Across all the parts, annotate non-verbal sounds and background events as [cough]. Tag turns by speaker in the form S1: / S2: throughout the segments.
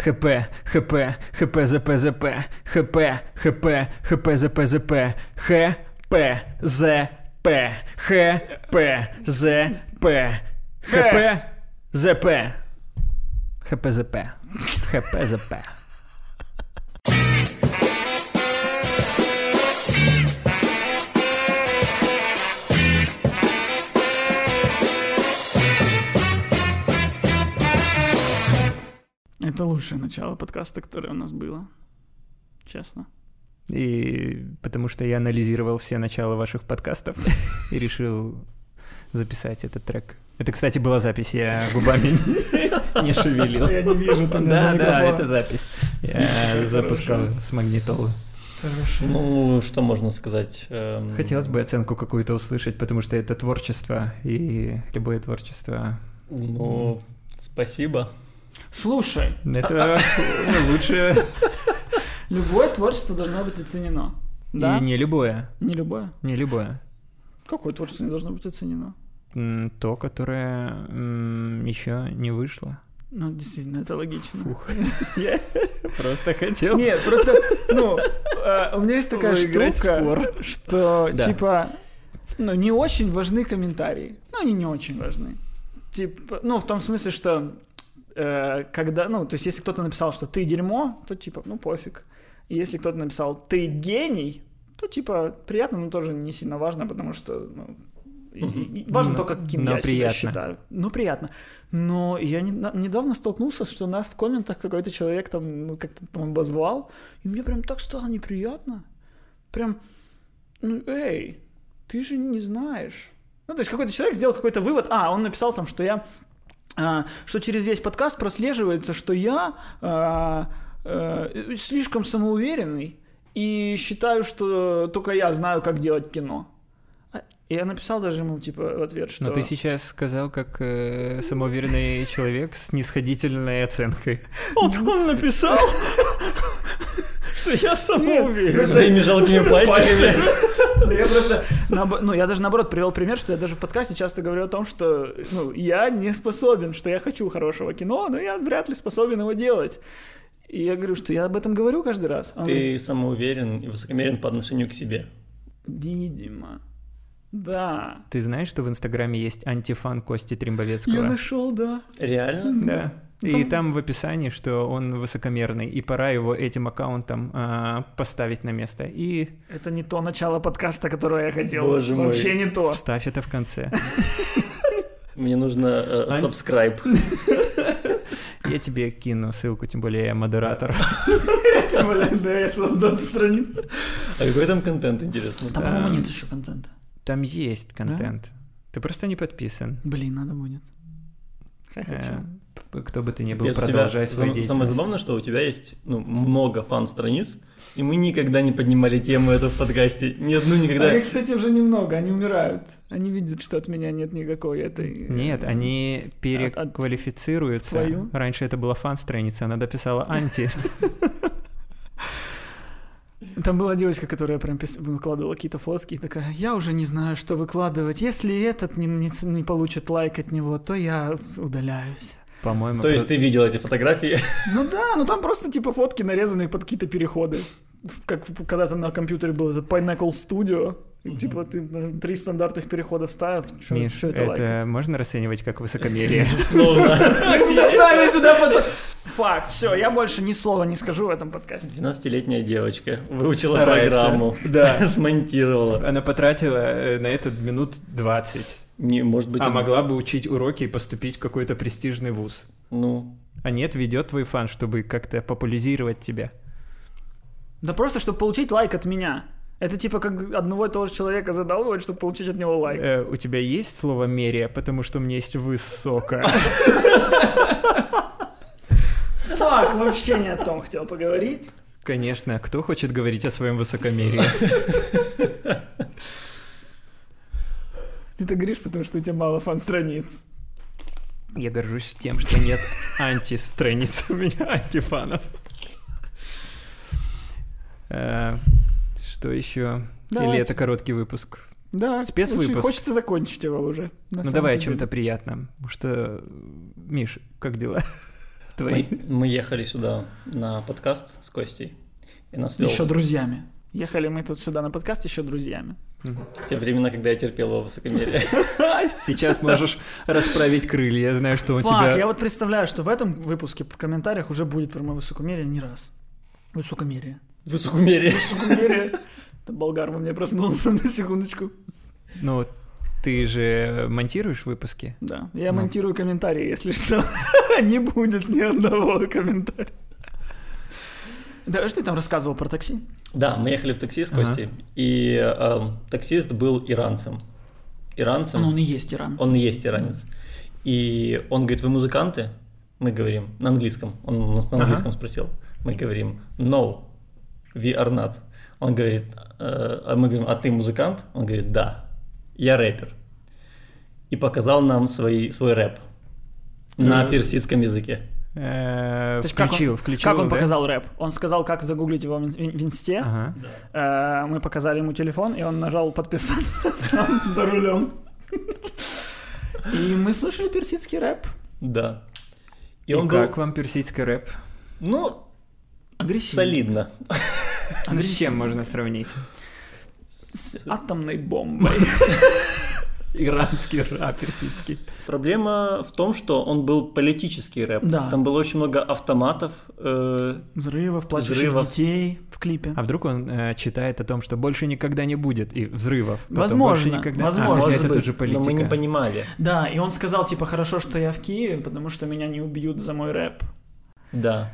S1: ХП, ХП, ХП, ЗП, ЗП, ХП, ХП, ХП, ЗП, ЗП, ХП, З, П, ХП, З, П, ХП, ЗП, ХП, ЗП, ХП, ЗП.
S2: Это лучшее начало подкаста, которое у нас было. Честно.
S1: И потому что я анализировал все начала ваших подкастов и решил записать этот трек. Это, кстати, была запись, я губами [laughs] не шевелил.
S2: Я не вижу там
S1: Да, да, это запись. Я запускал с магнитолы.
S3: Ну, что можно сказать? эм,
S1: Хотелось бы оценку какую-то услышать, потому что это творчество, и любое творчество...
S3: Ну, спасибо.
S2: Слушай,
S1: Это ну, лучше.
S2: любое творчество должно быть оценено. Да?
S1: И не любое.
S2: Не любое.
S1: Не любое.
S2: Какое творчество не должно быть оценено?
S1: М, То, которое еще не вышло.
S2: Ну, действительно, это логично.
S1: Я просто хотел.
S2: Нет, просто, ну, э, у меня есть такая
S1: Выиграть
S2: штука,
S1: спор.
S2: что,
S1: Да.
S2: типа, ну, не очень важны комментарии. Ну, они не очень важны. Типа, ну, в том смысле, что э, когда, ну, то есть, если кто-то написал, что ты дерьмо, то, типа, ну, пофиг. И если кто-то написал ты гений, то, типа, приятно, но тоже не сильно важно, потому что, ну, и- и- и важно
S1: Но-
S2: только, каким
S1: но
S2: я себя
S1: приятно.
S2: считаю. Ну, приятно. Но я не- на- недавно столкнулся, что нас в комментах какой-то человек там ну, как-то там обозвал, и мне прям так стало неприятно. Прям, ну, эй, ты же не знаешь. Ну, то есть какой-то человек сделал какой-то вывод, а, он написал там, что я, а, что через весь подкаст прослеживается, что я а, э, слишком самоуверенный и считаю, что только я знаю, как делать кино. А, И я написал даже ему, типа, в ответ, что...
S1: Но ты сейчас сказал, как э, самоуверенный человек с нисходительной оценкой.
S2: Он, написал, что я
S3: С твоими жалкими пальчиками.
S2: [laughs] Я просто, наоб- ну, я даже наоборот привел пример, что я даже в подкасте часто говорю о том, что ну, я не способен, что я хочу хорошего кино, но я вряд ли способен его делать. И я говорю, что я об этом говорю каждый раз. А он говорит,
S3: Ты самоуверен и высокомерен по отношению к себе.
S2: видимо, да.
S1: Ты знаешь, что в Инстаграме есть антифан Кости
S2: Я
S1: Тримбовецкого?
S2: нашел, да.
S3: Реально?
S1: Да. И
S2: Там-
S1: там в описании, что он высокомерный, и пора его этим аккаунтом а, поставить на место. И
S2: Это не то начало подкаста, которое я хотел.
S3: Боже мой.
S2: Вообще не то.
S1: вставь это в конце.
S3: Мне нужно э,
S1: Ань-
S3: subscribe.
S1: Я тебе кину ссылку, тем более я модератор.
S2: [laughs] Тем более, да, я создал эту страницу.
S3: А какой там контент, интересно?
S2: Там, по-моему, нет еще контента.
S1: Там есть контент. Ты просто не подписан.
S2: Блин, надо будет.
S1: Э, п- Кто бы ты ни
S3: Нет,
S1: был,
S3: у тебя
S1: продолжай
S3: сам-
S1: свою
S3: Самое
S1: деятельность.
S3: забавное, что у тебя есть ну, много фан-страниц, и мы никогда не поднимали тему эту в подкасте. Ни одну никогда.
S2: А их, кстати, уже немного, они умирают. Они видят, что от меня нет никакой этой... э,
S1: Нет, они переквалифицируются.
S2: в твою?
S1: Раньше это была фан-страница, она дописала анти.
S2: Там была девочка, которая прям пис- выкладывала какие-то фотки и такая, я уже не знаю, что выкладывать. Если этот не, не с- не получит лайк от него, то я с- удаляюсь.
S1: По-моему,
S3: То есть
S1: про-
S3: ты видел эти фотографии?
S2: Ну да, ну там просто типа фотки, нарезанные под какие-то переходы. Как в- когда-то на компьютере был этот Pineapple Studio. И, Типа ты ну, три стандартных перехода вставил, что
S1: Миш,
S2: это,
S1: это, [laughs]
S2: лайкать?
S1: можно расценивать как высокомерие?
S3: Словно.
S2: Вы меня сами сюда под... Факт, все, я больше ни слова не скажу в этом подкасте.
S3: 12-летняя девочка выучила
S1: Старается.
S3: программу.
S1: Да.
S3: [laughs] Смонтировала.
S1: Она потратила э, на этот минут 20.
S3: Не, может быть,
S1: А
S3: он-
S1: могла бы учить уроки и поступить в какой-то престижный вуз.
S3: Ну,
S1: А нет, ведет твой фан, чтобы как-то популяризировать тебя.
S2: Да просто, чтобы получить лайк от меня. Это типа как одного и того же человека задалбывать, чтобы получить от него лайк.
S1: Э, у тебя есть слово мерия, потому что у меня есть [laughs] высоко. Э.
S2: Фак, вообще не о том хотел поговорить.
S1: Конечно, а кто хочет говорить о своем высокомерии?
S2: Ты так говоришь, потому что у тебя мало фан-страниц.
S1: [laughs] Я горжусь тем, что нет антистраниц у меня, антифанов. Э, Что еще? Или
S2: Давайте.
S1: это короткий выпуск?
S2: Да,
S1: Спецвыпуск.
S2: очень хочется закончить его уже.
S1: Ну
S2: на самом
S1: давай о
S2: деле. [laughs]
S1: чем-то приятном. Потому что, Миш, как дела? твои.
S3: Мы, мы ехали сюда на подкаст с Костей. И нас вел
S2: Еще друзьями. Ехали мы тут сюда на подкаст еще друзьями.
S3: в те времена, когда я терпел его высокомерие. [laughs]
S1: Сейчас можешь расправить крылья, я знаю, что Ну, у
S2: Фак, я
S1: тебя...
S2: вот представляю, что в этом выпуске в комментариях уже будет про мое высокомерие не раз.
S1: [laughs]
S2: Высокомерие.
S3: Высокомерие.
S2: Высокомерие. Это болгар во мне проснулся на секундочку.
S1: Ну, ты же монтируешь выпуски?
S2: Да, я
S1: Ну.
S2: монтирую комментарии, если что. [laughs] Не будет ни одного комментария. Да, что ты там рассказывал про такси?
S3: Да, мы ехали в такси с
S1: Ага.
S3: Костей. И эм, таксист был иранцем. Иранцем.
S2: Ну, он и есть Иран.
S3: Он и есть иранец. И он говорит, вы музыканты? Мы говорим на английском. Он нас на
S1: Ага.
S3: английском спросил. Мы говорим, no, we are not. Он говорит, «Э, а мы говорим, а ты музыкант? Он говорит, да, я рэпер. И показал нам свои, свой рэп на
S1: Э.
S3: персидском языке.
S1: Э,
S2: То есть как он-
S1: Включил, включил.
S2: Как он
S1: да?
S2: показал рэп? Он сказал, как загуглить его в ин- в инсте.
S1: Ага.
S2: Э, Мы показали ему телефон, и он нажал подписаться [laughs] сам за рулем. И мы слушали персидский рэп.
S3: Да. И,
S1: И,
S3: он был,
S1: как вам персидский рэп?
S3: ну,
S2: Агрессивный.
S3: солидно.
S1: Ну, с чем можно сравнить?
S2: С атомной бомбой.
S1: [laughs] Иранский рэп, персидский.
S3: Проблема в том, что он был политический рэп.
S2: Да.
S3: Там было очень много автоматов, э,
S2: Взрывов, плачущих
S3: Взрывов.
S2: детей в клипе.
S1: А вдруг он э, читает о том, что больше никогда не будет и взрывов? потом
S2: Возможно,
S1: больше никогда... А,
S2: возможно.
S1: хотя
S2: Может
S1: это тоже политика.
S3: Но мы не понимали.
S2: Да, и он сказал, типа, хорошо, что я в Киеве, потому что меня не убьют за мой рэп.
S3: Да.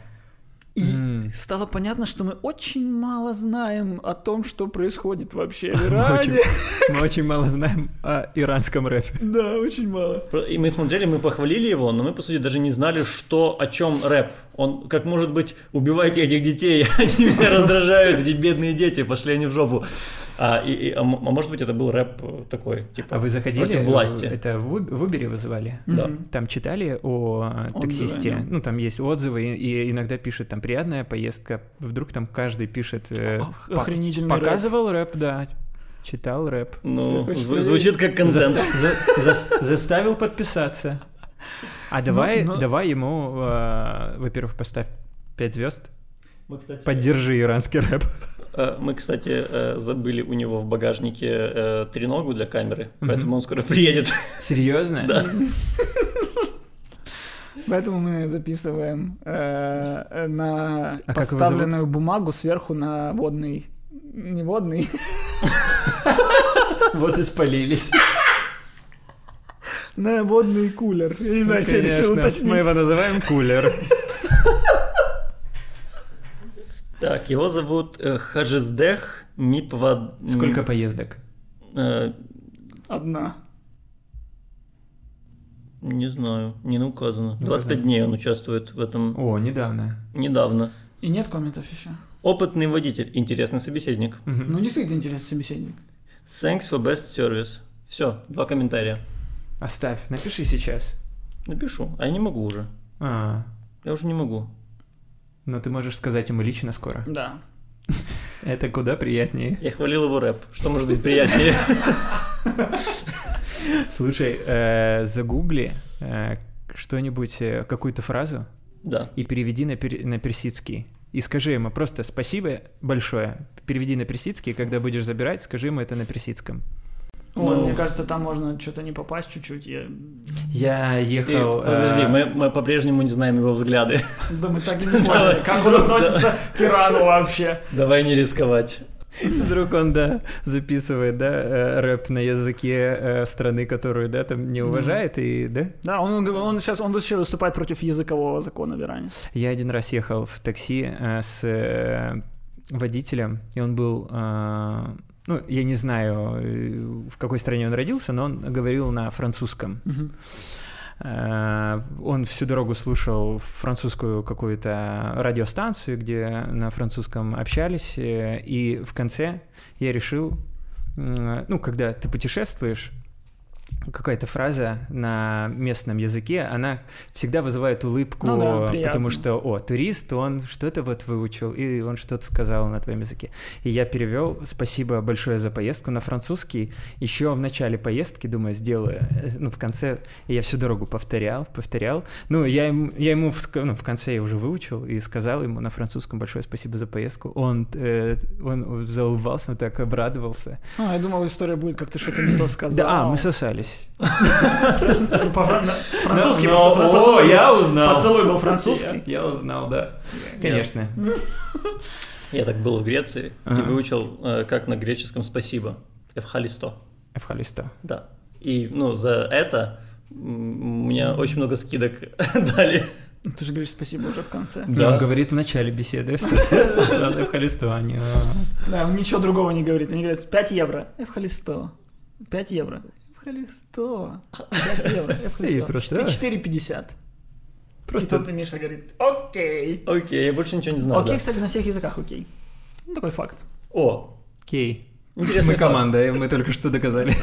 S2: И
S1: М.
S2: стало понятно, что мы очень мало знаем о том, что происходит вообще [laughs] в
S1: Мы
S2: Иране.
S1: очень- мы очень мало знаем о иранском рэпе.
S2: Да, очень мало.
S3: Про- И мы смотрели, мы похвалили его, но мы, по сути, даже не знали, что, о чем рэп. Он, как может быть, убивайте этих детей, [laughs] они меня раздражают, эти бедные дети, пошли они в жопу. А, и- и- а м- а может быть, это был рэп э, такой, типа,
S1: А вы заходили?
S3: против власти.
S1: Это в Уб- в Uber вызывали?
S3: Да.
S2: Мгм.
S1: Там читали о э,
S2: Отзывы,
S1: таксисте,
S2: да.
S1: ну там есть отзывы, и, и иногда пишет там приятная поездка, вдруг там каждый пишет, э,
S2: Ох-
S1: пок-
S2: Охренительный рэп.
S1: показывал рэп, да, читал рэп,
S3: ну,
S2: Хочешь
S3: зв-
S2: проверить?
S3: звучит как контент.
S1: Заста- за- зас- заставил подписаться. А давай,
S2: но-
S1: давай ему, э, во-первых, поставь 5 звезд,
S3: Мы, кстати,
S1: поддержи иранский рэп.
S3: э, мы, кстати, э, забыли у него в багажнике э, треногу для камеры, поэтому он скоро [laughs] приедет.
S1: Серьезно?
S3: Да.
S2: Поэтому мы записываем э, э, на
S1: как его
S2: поставленную бумагу сверху на водный. Не водный.
S1: Вот и спалились.
S2: [laughs] На водный кулер. Я не знаю, что я
S1: [laughs]
S2: решил
S1: Конечно, мы
S2: уточнить.
S1: его называем кулер.
S3: Так, его зовут э, Хаджиздех Мипвад...
S1: Сколько поездок?
S3: Э,
S2: Одна.
S3: Не знаю, не указано.
S1: Не
S3: 25
S1: указано.
S3: дней он участвует в этом
S1: О, недавно.
S3: недавно.
S2: И нет комментов еще.
S3: Опытный водитель, интересный собеседник.
S1: Мгм.
S2: Ну, действительно интересный собеседник.
S3: Thanks for best service. Все, два комментария.
S1: Оставь, напиши сейчас.
S3: Напишу, а я не могу уже.
S1: А,
S3: Я уже не могу.
S1: но ты можешь сказать ему лично скоро.
S2: Да.
S1: Это куда приятнее.
S3: Я хвалил его рэп. Что может быть [laughs] приятнее?
S1: Слушай, э, загугли э, что-нибудь, э, какую-то фразу
S3: Да.
S1: и переведи на, пер- на персидский. И скажи ему просто спасибо большое. Переведи на персидский, и когда будешь забирать, скажи ему это на персидском.
S2: Ой,
S3: Ну.
S2: мне кажется, там можно что-то не попасть чуть-чуть. Я...
S1: Я
S3: Ты,
S1: ехал... э,
S3: подожди, мы, мы по-прежнему не знаем его взгляды.
S2: Да мы так и не поняли, как он относится к Ирану вообще.
S3: [laughs] Давай не рисковать.
S1: Вдруг он, да, записывает, да, э, рэп на языке э, страны, которую, да, там не уважает, и, да?
S2: Да, он, он сейчас он вообще выступает против языкового закона в Иране.
S1: Я один раз ехал в такси э, с э, водителем, и он был, э, ну, я не знаю, э, в какой стране он родился, но он говорил на французском. Э, Он всю дорогу слушал французскую какую-то радиостанцию, где на французском общались, э, и в конце я решил, м, ну, когда ты путешествуешь, какая-то фраза на местном языке, она всегда вызывает улыбку,
S2: Ну да, приятно.
S1: потому что, о, турист, он что-то вот выучил, и он что-то сказал на твоем языке. И я перевел, спасибо большое за поездку на французский. Еще в начале поездки, думаю, сделаю, э, ну, в конце я всю дорогу повторял, повторял. Ну, я, им- я ему в, ск- ну, в конце я уже выучил и сказал ему на французском большое спасибо за поездку. Он, э, он заулыбался, он так обрадовался.
S2: А, я думал, история будет, как ты что-то не то сказал.
S1: Да, а, мы сосались.
S4: Ну, по-фран- Французский
S3: Но-
S4: поцелуй-
S3: но- Ну, О,
S4: поцелуй
S3: я
S4: был-
S3: узнал.
S4: Поцелуй был французский.
S3: Я, я узнал, да.
S1: Конечно.
S3: Я так был в Греции и
S1: Ага.
S3: выучил, э, как на греческом спасибо. Эвхалисто.
S1: Эвхаристо.
S3: Да. И, ну, за это м, у меня очень много скидок [laughs] дали.
S2: Ты же говоришь спасибо уже в конце.
S1: Да. он говорит в начале беседы, что сразу Эвхаристо, а не... а.
S2: Да, он ничего другого не говорит. Они говорят, 5 евро. Эвхалисто. 5 евро. Эвхалисто. 5 евро.
S1: И просто,
S2: Эвхалисто.
S1: а?
S2: 4,50. Просто... И
S1: Просто
S2: тут Миша говорит, окей.
S3: Окей, я больше ничего не знал.
S2: Окей,
S3: да.
S2: кстати, на всех языках окей. Ну, такой факт.
S3: О,
S1: окей.
S3: интересный
S1: Мы
S3: факт.
S1: команда, и мы только что доказали.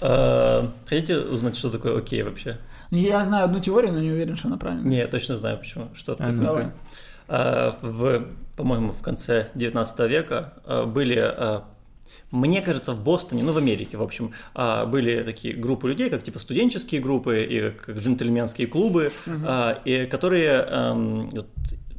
S3: Э, Хотите узнать, что такое окей вообще?
S2: Я знаю одну теорию, но не уверен, что она правильная.
S3: Не, я точно знаю, почему. Что это
S1: А
S3: такое.
S1: ну-ка.
S2: Давай.
S3: А, в, по-моему, в конце 19 века а, были, а, мне кажется, в Бостоне, ну, в Америке, в общем, а, были такие группы людей, как типа студенческие группы и как джентльменские клубы, а, и которые ам, вот,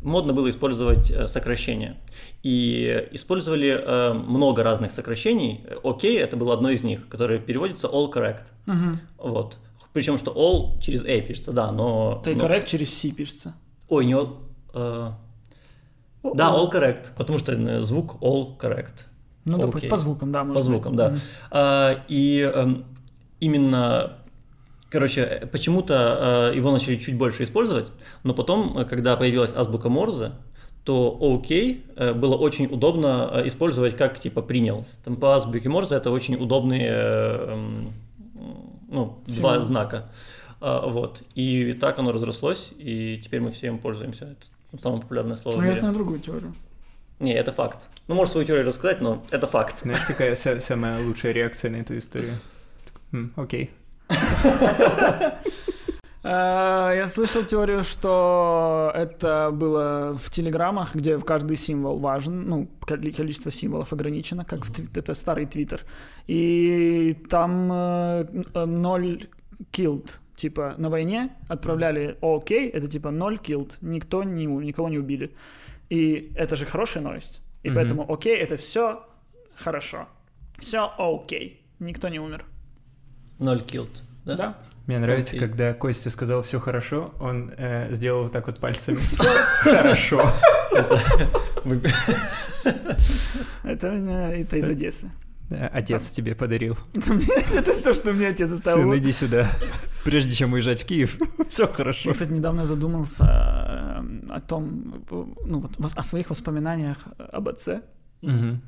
S3: модно было использовать э, сокращения. И использовали э, много разных сокращений. Окей, это было одно из них, которое переводится all correct.
S2: Мгм.
S3: Вот. Причем, что all через A пишется, да, но... ну,
S2: Take
S3: но-
S2: correct через C пишется.
S3: Ой, не all... э,
S2: О,
S3: да,
S2: о.
S3: all correct, потому что э, звук all correct.
S2: Ну, допустим,
S3: окей.
S2: по звукам, да, может
S3: По звукам,
S2: быть.
S3: да.
S2: Мгм.
S3: А, и эм, именно, короче, э, почему-то э, его начали чуть больше использовать, но потом, э, когда появилась азбука Морзе, то OK э, было очень удобно э, использовать как типа принял. Там по азбуке Морзе это очень удобные э, эм, ну, два
S2: Символ.
S3: знака. А, вот. И так оно разрослось, и теперь мы все им пользуемся. Это самое популярное слово. в
S2: Ну, я
S3: мире.
S2: знаю другую теорию.
S3: Не, это факт. Ну, можешь свою теорию рассказать, но это факт.
S1: Знаешь, какая са- самая лучшая реакция на эту историю? М, Окей.
S2: А, Я слышал теорию, что это было в телеграммах, где в каждый символ важен, ну, коли- количество символов ограничено, как в твит- это старый твиттер. И там э, н- э, ноль killed, типа на войне отправляли окей, это типа ноль killed, никто не, у- никого не убили. И это же хорошая новость. И
S1: Мгм.
S2: поэтому окей, это все хорошо. Все окей. Никто не умер.
S3: Ноль килт. Да?
S1: Мне нравится,
S3: Окей.
S1: когда Костя сказал все хорошо, он э, сделал вот так вот пальцами. Все хорошо.
S3: Вы-
S2: Это, у меня- это из Одессы.
S1: Да, Э, Отец тебе подарил.
S2: Это, мне- это все, что мне отец оставил.
S1: Сын, иди сюда. [laughs] Прежде чем уезжать в Киев, [laughs] все хорошо.
S2: Я, кстати, недавно задумался э, о том, э, ну вот, вос- о своих воспоминаниях об отце
S1: Мгм.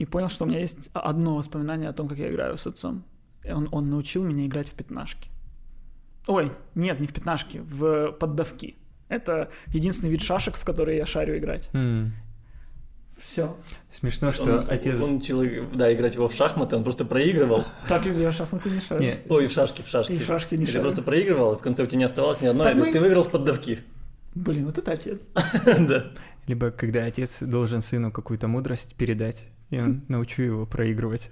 S2: и понял, что у меня есть одно воспоминание о том, как я играю с отцом. И Он, он научил меня играть в пятнашки. Ой, нет, не в пятнашки, в поддавки. Это единственный вид шашек, в которые я шарю играть.
S1: М.
S2: Все.
S1: Смешно, что
S3: он,
S1: отец...
S3: Он человек, да, играть его в шахматы, он просто проигрывал.
S2: Так и я в шахматы не шарю.
S1: Не,
S3: Ой, в шашки, в шашки.
S2: И в шашки не
S3: Ты
S2: шарю.
S3: просто проигрывал, и в конце у тебя не оставалось ни одной,
S2: Так
S3: и
S2: мы-
S3: ты выиграл в поддавки. [laughs]
S2: Блин, вот это отец.
S3: Да.
S1: Либо когда отец должен сыну какую-то мудрость передать, и он
S2: Хм.
S1: научу его проигрывать.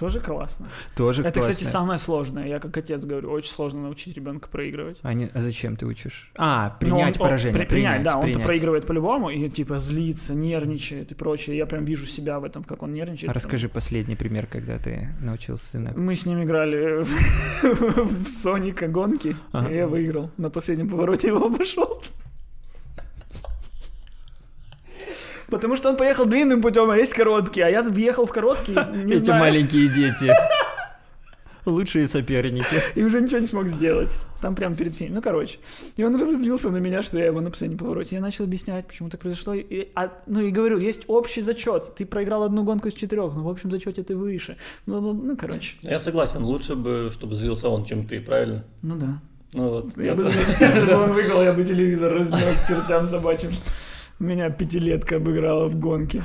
S2: Тоже классно.
S1: Тоже
S2: Это, кстати,
S1: классно.
S2: самое сложное. Я как отец говорю, очень сложно научить ребенка проигрывать.
S1: А, не- а зачем ты учишь? А,
S2: Ну,
S1: принять
S2: он- он-
S1: поражение.
S2: при- принять, да, он-то
S1: принять.
S2: проигрывает по-любому, и типа злится, нервничает и прочее. Я прям вижу себя в этом, как он нервничает.
S1: А расскажи последний пример, когда ты научил сына.
S2: Мы с ним играли [laughs] в Соника гонки,
S1: Ага.
S2: и я выиграл. На последнем повороте его обошел. Потому что он поехал длинным путем, а есть короткий, а я въехал в короткий, не
S1: Эти
S2: знаю,
S1: маленькие
S2: [laughs]
S1: дети. Лучшие соперники.
S2: и уже ничего не смог сделать. Там прямо перед фильмом. Ну, короче. И он разозлился на меня, что я его на последнем повороте. Я начал объяснять, почему так произошло. И- и- а- ну, и говорю, есть общий зачет. Ты проиграл одну гонку из четырех, но в общем зачете ты выше. Ну, ну, ну, короче.
S3: Я согласен, лучше бы, чтобы злился он, чем ты, правильно?
S2: Ну да.
S3: Ну вот.
S2: Я
S3: это-
S2: бы, [laughs] если бы он выиграл, я бы телевизор разнес к чертям собачьим. Меня пятилетка обыграла в гонке.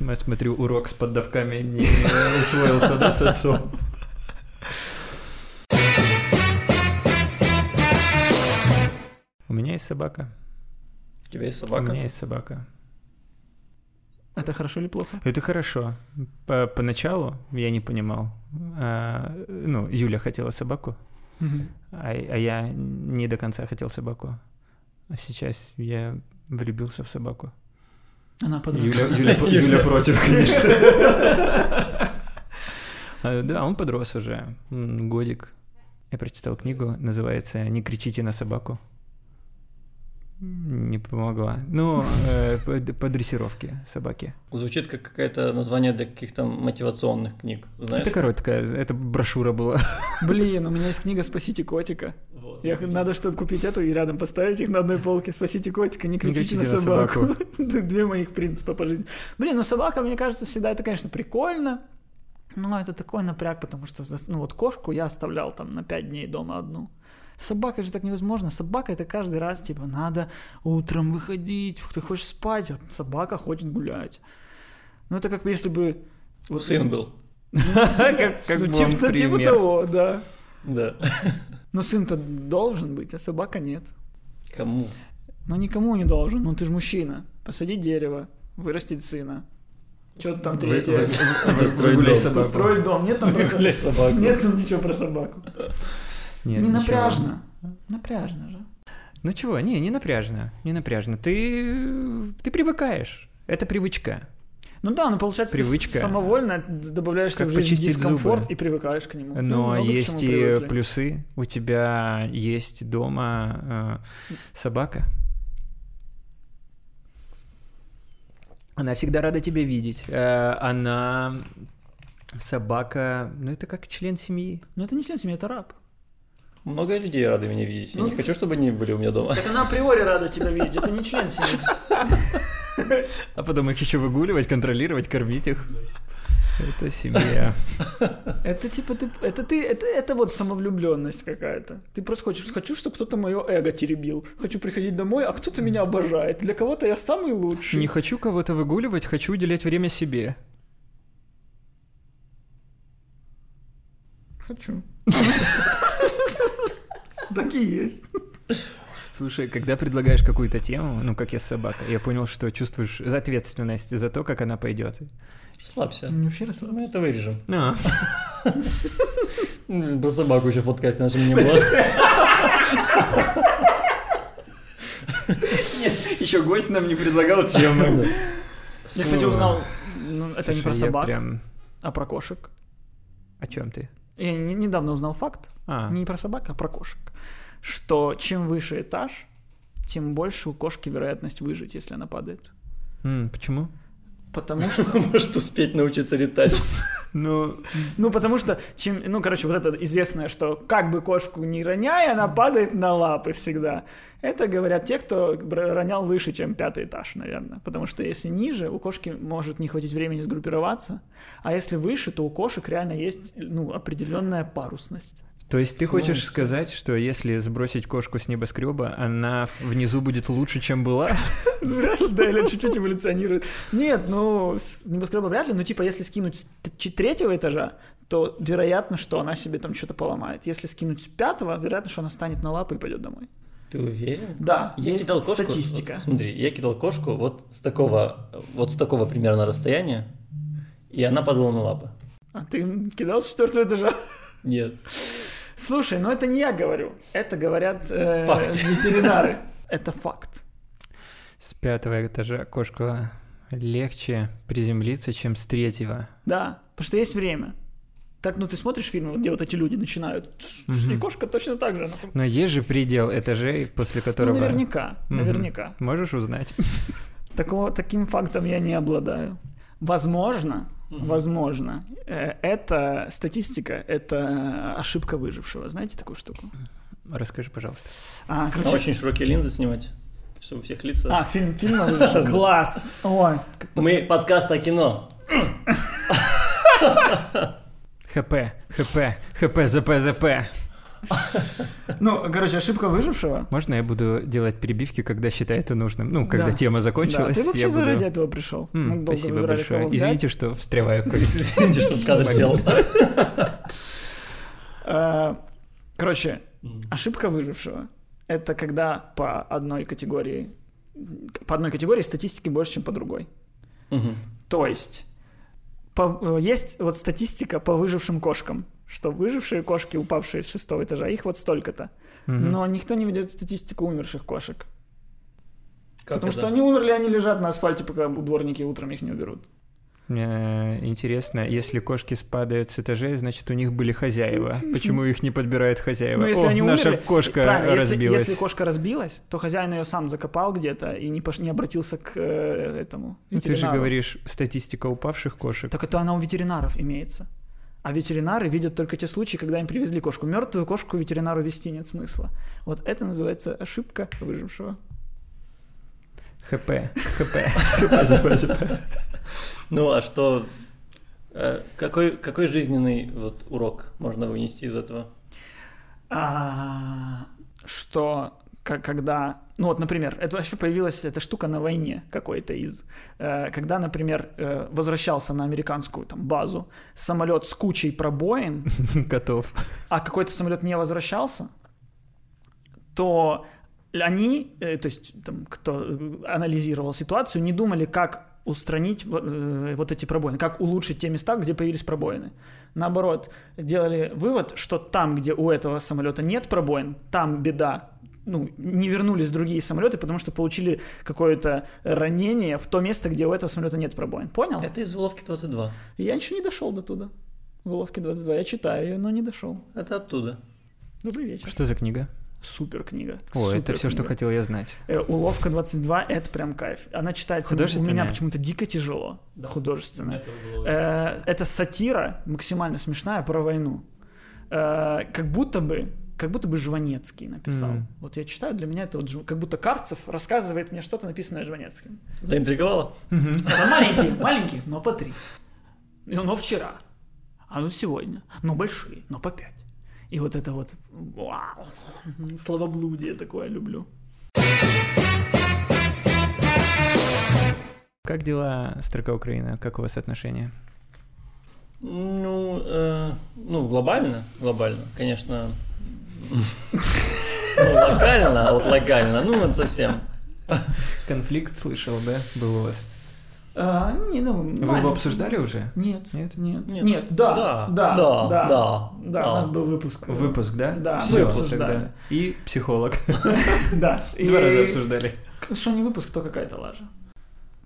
S1: Я смотрю, урок с поддавками не усвоился, да, с отцом? У меня есть собака.
S3: У тебя есть
S1: У меня
S3: собака?
S1: есть собака.
S2: Это хорошо или плохо?
S1: Это хорошо. По- поначалу я не понимал. А, ну, Юля хотела собаку, а, а я не до конца хотел собаку. А сейчас я влюбился в собаку.
S2: Она подросла.
S1: [laughs] против, [laughs] конечно. А, Да, он подрос уже. М, Годик. Я прочитал книгу, называется «Не кричите на собаку». Не помогла. Ну, э, по по дрессировке собаки.
S3: Звучит как какое-то название для каких-то мотивационных книг, знаешь?
S1: Это короткая, это брошюра была. [laughs]
S2: Блин, у меня есть книга «Спасите котика».
S3: Вот.
S2: Я, надо, чтобы купить эту и рядом поставить их на одной полке. Спасите котика, не кричите, на собаку. [laughs] Это Две моих принципа по жизни. Блин, ну собака, мне кажется, всегда это, конечно, прикольно. Но это такой напряг, потому что, зас- ну вот кошку я оставлял там на пять дней дома одну. Собака же так невозможно. Собака это каждый раз, типа, надо утром выходить, ты хочешь спать, а собака хочет гулять. Ну это как если бы... вот-
S3: Сын был.
S1: Как как
S2: Ну,
S1: вам
S2: [laughs] типа, типа
S1: пример?
S2: того, да.
S3: Да.
S2: Но сын-то должен быть, а собака нет.
S3: Кому?
S2: Ну никому не должен, ну ты же мужчина. Посади дерево, вырастить сына. Что там
S4: Вы-
S2: третье?
S3: Выстроить
S1: Выгуляй
S3: дом.
S1: собаку.
S2: Построить дом. Нет там про собаку.
S3: Выгуляй собаку.
S2: Нет там ничего про собаку.
S1: Нет,
S2: Не
S1: ничего.
S2: напряжно. Напряжно же.
S1: Ну чего, не, не напряжно, не напряжно. Ты, ты привыкаешь. Это привычка.
S2: Ну да, ну получается, ты
S1: Привычка.
S2: самовольно добавляешься
S1: Как
S2: в жизнь
S1: почистить
S2: дискомфорт
S1: зубы.
S2: и привыкаешь к нему. Ну,
S1: Но
S2: много к чему
S1: есть и
S2: привыкли.
S1: плюсы. У тебя есть дома э, собака. Она всегда рада тебя видеть. Э, она собака, ну это как член семьи.
S2: Но это не член семьи, это раб.
S3: Много людей рады меня видеть. Я
S2: Ну-
S3: не хочу, чтобы они были у меня дома. [laughs]
S2: Так она априори рада тебя видеть, это не член семьи.
S1: А потом их еще выгуливать, контролировать, кормить их. Это семья. [laughs]
S2: Это типа ты, это ты, это, это вот самовлюбленность какая-то. Ты просто хочешь, хочу, чтобы кто-то мое эго теребил. Хочу приходить домой, а кто-то меня обожает. Для кого-то я самый лучший.
S1: Не хочу кого-то выгуливать, хочу уделять время себе.
S2: Хочу. Такие есть.
S1: Слушай, когда предлагаешь какую-то тему, ну как я с собакой, я понял, что чувствуешь ответственность за то, как она пойдет.
S3: Расслабься.
S2: вообще
S3: Мы это вырежем.
S1: А,
S3: М, Про собаку еще в подкасте нашем не было.
S1: еще гость нам не предлагал [laughs] тему.
S2: Я, кстати, узнал, ну, это не
S1: Слушай,
S2: про
S1: я
S2: собак,
S1: Прям...
S2: а про кошек.
S1: О чем ты?
S2: Я не- недавно узнал факт,
S1: А,
S2: не про собак, а про кошек, что чем выше этаж, тем больше у кошки вероятность выжить, если она падает.
S1: м, почему?
S2: Потому что
S3: [laughs] Может успеть научиться летать.
S1: Ну,
S2: Ну, потому что, чем, ну, короче, вот это известное, что как бы кошку не роняй, она падает на лапы всегда. Это говорят те, кто бр- ронял выше, чем пятый этаж, наверное. Потому что если ниже, у кошки может не хватить времени сгруппироваться, а если выше, то у кошек реально есть, ну, определенная парусность.
S1: то есть ты
S2: Слушай.
S1: хочешь сказать, что если сбросить кошку с небоскреба, она внизу будет лучше, чем была?
S2: Вряд ли, да, или чуть-чуть эволюционирует. Нет, ну, с небоскреба вряд ли, но типа если скинуть с т- ч- третьего этажа, то вероятно, что она себе там что-то поломает. Если скинуть с пятого, вероятно, что она встанет на лапы и пойдет домой.
S3: Ты уверен?
S2: Да,
S3: Я
S2: есть
S3: кидал кошку.
S2: статистика.
S3: вот смотри, я кидал кошку вот с такого, вот с такого примерно расстояния, и она падала на лапы.
S2: А ты кидал с четвертого этажа?
S3: Нет.
S2: Слушай, ну это не я говорю. Это говорят э,
S3: Факт.
S2: [laughs] ветеринары. Это факт.
S1: [laughs] С пятого этажа кошка легче приземлиться, чем с третьего.
S2: Да, потому что есть время. Как, ну ты смотришь фильмы, вот где вот эти люди начинают, «Тш, и кошка точно так же. Она там...
S1: Но есть же предел этажей, после
S2: Ну,
S1: которого...
S2: наверняка,
S1: Мгм.
S2: наверняка.
S1: Можешь узнать? [laughs]
S2: Такого, таким фактом я не обладаю. Возможно, возможно, э, это статистика, это ошибка выжившего. Знаете такую штуку?
S1: Расскажи, пожалуйста.
S2: А,
S3: Надо
S2: короче,
S3: очень широкие линзы снимать, чтобы у всех лица.
S2: а фильм, фильм на [laughs] выжившего. Класс. Ой, как
S3: Мы подкаст о кино.
S1: ХП, ХП, ХП, ЗП, ЗП.
S2: Ну, короче, ошибка выжившего.
S1: Можно я буду делать перебивки, когда считаю это нужным? Ну, когда
S2: Да.
S1: тема
S2: Да,
S1: закончилась,
S2: ты вообще
S1: я буду...
S2: заради этого пришел.
S1: М,
S2: Мы долго
S1: спасибо
S2: выбирали,
S1: большое.
S2: кого взять.
S1: Извините, что встреваю. Коль. [laughs]
S3: Видите, что в кадр сделал. [laughs]
S2: А, Короче,
S3: Мгм.
S2: ошибка выжившего. это когда по одной категории, по одной категории статистики больше, чем по другой.
S3: Мгм.
S2: То есть по- э, есть вот статистика по выжившим кошкам, что выжившие кошки, упавшие с шестого этажа, их вот столько-то.
S1: Мгм.
S2: Но никто не ведет статистику умерших кошек.
S3: Как
S2: потому
S3: это?
S2: что они умерли, они лежат на асфальте, пока дворники утром их не уберут.
S1: Мне интересно, если кошки спадают с этажей, значит, у них были хозяева. Почему их не подбирают хозяева?
S2: Ну, если
S1: О,
S2: они
S1: наша
S2: умерли,
S1: кошка
S2: Правильно, если,
S1: разбилась.
S2: если кошка разбилась, то хозяин ее сам закопал где-то и не, пош- не обратился к э, этому
S1: Ну, ты же
S2: ветеринару.
S1: говоришь, статистика упавших кошек.
S2: Так это она у ветеринаров имеется. А ветеринары видят только те случаи, когда им привезли кошку. Мертвую кошку ветеринару вести нет смысла. Вот это называется ошибка выжившего.
S1: ХП, [laughs] ХП.
S3: Ну а что? э, Какой, какой жизненный вот урок можно вынести из этого?
S2: А, что к- когда, ну вот, например, это вообще появилась эта штука на войне какой-то из, э, когда, например, э, возвращался на американскую там базу самолет с кучей пробоин,
S1: Готов.
S2: а какой-то самолет не возвращался, то они, э, то есть там, кто э, анализировал ситуацию, не думали, как устранить во- э, вот эти пробоины, как улучшить те места, где появились пробоины. Наоборот, делали вывод, что там, где у этого самолета нет пробоин, там беда. Ну, не вернулись другие самолеты, потому что получили какое-то ранение в то место, где у этого самолета нет пробоин. Понял?
S3: Это из уловки 22.
S2: Я еще не дошел до туда. В уловке 22. Я читаю ее, но не дошел.
S3: Это оттуда.
S2: Добрый вечер.
S1: Что за книга?
S2: Супер книга.
S1: О, это все, что хотел я знать.
S2: Э, Уловка 22 это прям кайф. Она читается у
S1: Художественная?
S2: меня почему-то дико тяжело. Да, художественная. Э, это сатира, максимально смешная, про войну. Э, как будто бы как будто бы Жванецкий написал.
S1: Мгм.
S2: Вот я читаю, для меня это вот Жв- как будто Карцев рассказывает мне что-то, написанное Жванецким.
S3: Заинтриговало?
S2: Это маленькие, маленькие, но по три. И- Но вчера. А ну сегодня. Но большие, но по пять. И вот это вот вау, словоблудие такое люблю.
S1: Как дела, строка Украина? Как у вас отношения?
S3: Ну, э, ну, глобально, глобально, конечно. Ну, локально, а вот локально, ну, вот совсем.
S1: Конфликт слышал, да? Был у вас.
S2: А, не, ну,
S1: Вы его
S2: маленький.
S1: обсуждали уже?
S2: Нет,
S1: Нет?
S2: нет, нет,
S3: Нет.
S2: да,
S3: Да,
S2: да, да, да,
S3: да, да, да.
S2: у нас был выпуск.
S1: Выпуск, да?
S2: Да, мы
S1: Всё,
S2: обсуждали.
S1: тогда. И психолог.
S2: [laughs]
S1: [laughs]
S2: Да.
S1: Два раза
S2: И-
S1: обсуждали.
S2: Что не выпуск, то какая-то лажа.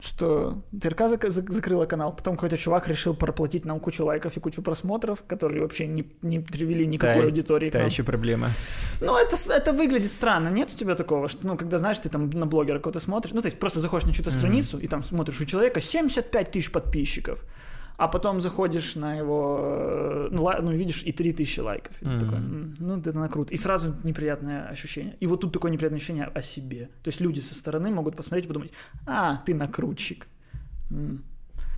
S2: Что ТРК зак- зак- закрыла канал, потом какой-то чувак решил проплатить нам кучу лайков и кучу просмотров, которые вообще не, не привели никакой
S1: Та-
S2: аудитории к
S1: Та
S2: нам.
S1: еще проблема.
S2: Ну, это, с- это выглядит странно. Нет у тебя такого, что, ну, когда, знаешь, ты там на блогера какого-то смотришь, ну, то есть просто заходишь на чью-то страницу и там смотришь, у человека 75 тысяч подписчиков, а потом заходишь на его, э, ну, лай- ну, и видишь, и 3 тысячи лайков. И ты
S1: Мгм.
S2: такой, «М, ну, это на круто. И сразу неприятное ощущение. И вот тут такое неприятное ощущение о себе. То есть люди со стороны могут посмотреть и подумать, а, ты накрутчик. М.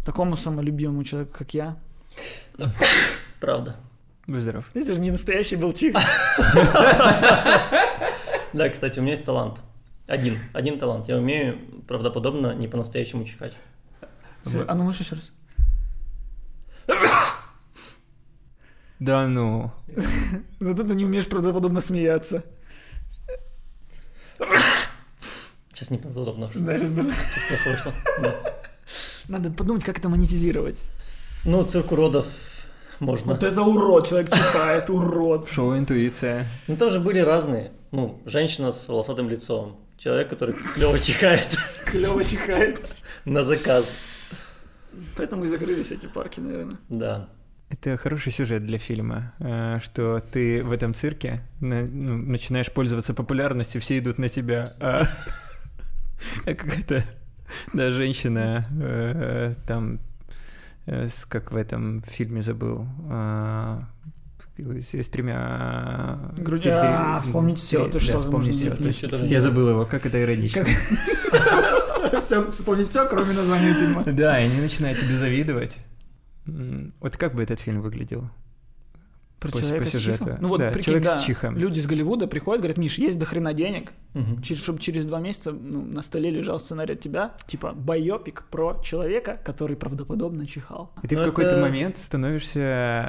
S2: Такому самолюбимому человеку, как я.
S3: Правда.
S1: Будь здоров.
S2: Ты же не настоящий был [laughs] чих.
S3: Да, кстати, у меня есть талант. Один, один талант. Я умею правдоподобно не по-настоящему чихать.
S1: Вы-
S2: А ну, можешь еще раз?
S1: Да ну.
S2: Зато ты не умеешь правдоподобно смеяться.
S3: Сейчас неправдоподобно, что
S2: Да, сейчас было.
S3: сейчас плохо вышло. Да.
S2: Надо подумать, как это монетизировать.
S3: Ну, цирк уродов можно.
S2: Вот это урод, человек чихает, урод.
S1: Шоу «Интуиция».
S3: Ну, там же были разные. Ну, женщина с волосатым лицом. Человек, который клево чихает [laughs]
S2: Клево чихает.
S3: на заказ.
S2: Поэтому и закрылись эти парки, наверное.
S3: Да.
S1: Это хороший сюжет для фильма, э, что ты в этом цирке на- ну, начинаешь пользоваться популярностью, все идут на тебя, а [laughs] а какая-то да, женщина э, там, э, с- как в этом фильме забыл, а, с с тремя...
S2: Грудью. А, «Вспомнить всё», ты что,
S1: вспомнить
S2: можно
S1: все.
S2: забыть?
S3: Ничего даже не
S1: Я
S3: знаю.
S1: забыл его, как это иронично.
S2: Все, вспомнить все, кроме названия фильма.
S1: Да, и они начинают тебе завидовать. М, Вот как бы этот фильм выглядел?
S2: Про
S1: По-
S2: человека
S1: по
S2: с
S1: сюжету.
S2: чихом. Ну вот,
S1: Да,
S2: прикинь,
S1: человек с
S2: да,
S1: чихом.
S2: Люди из Голливуда приходят, говорят, Миш, есть до хрена денег,
S3: Мгм.
S2: чтобы через два месяца ну, на столе лежал сценарий от тебя, типа байопик про человека, который правдоподобно чихал.
S1: И ты
S3: Ну,
S1: в какой-то
S3: это-
S1: момент становишься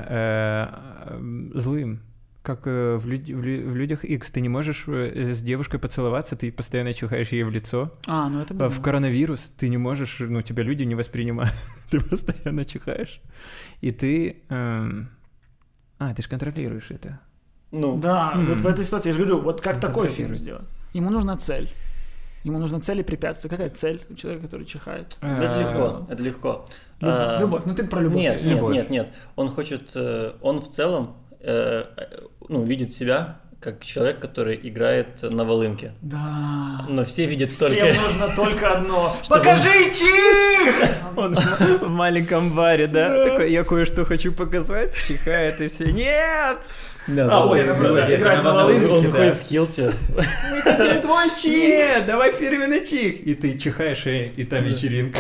S1: э, м, злым. как э, в, люд- в лю- в людях X. Ты не можешь э, с девушкой поцеловаться, ты постоянно чихаешь ей в лицо.
S5: А, ну это
S1: А
S5: было.
S1: В коронавирус ты не можешь, ну, тебя люди не воспринимают. [laughs] ты постоянно чихаешь. И ты... эм, А, ты же контролируешь это.
S3: Ну,
S2: Да,
S1: М.
S2: вот в этой ситуации, я же говорю, вот как такой
S1: Контролирует.
S2: фильм сделать?
S5: Ему нужна цель. Ему нужна цель и препятствие. Какая цель у человека, который чихает?
S3: это
S1: Э,
S3: легко, это легко.
S5: Любовь.
S3: А,
S5: Любовь. Ну ты про любовь.
S3: Нет,
S5: говоришь.
S3: нет,
S1: Любовь.
S3: нет, нет. Он хочет, э, он в целом, э, э, ну, видит себя как человек, который играет на волынке.
S5: Да.
S3: Но все видят
S2: Всем
S3: только...
S2: нужно только одно.
S5: Покажи чих!
S1: Он [laughs] в маленьком баре, да? Такой, я кое-что хочу показать, чихает и все. Нет!
S3: [laughs]
S2: А, ой, да, да, да, играет на волынке,
S3: Он ходит в килте.
S5: Мы хотим твой чих!
S1: Нет, давай фирменный чих! И ты чихаешь, и, и там вечеринка.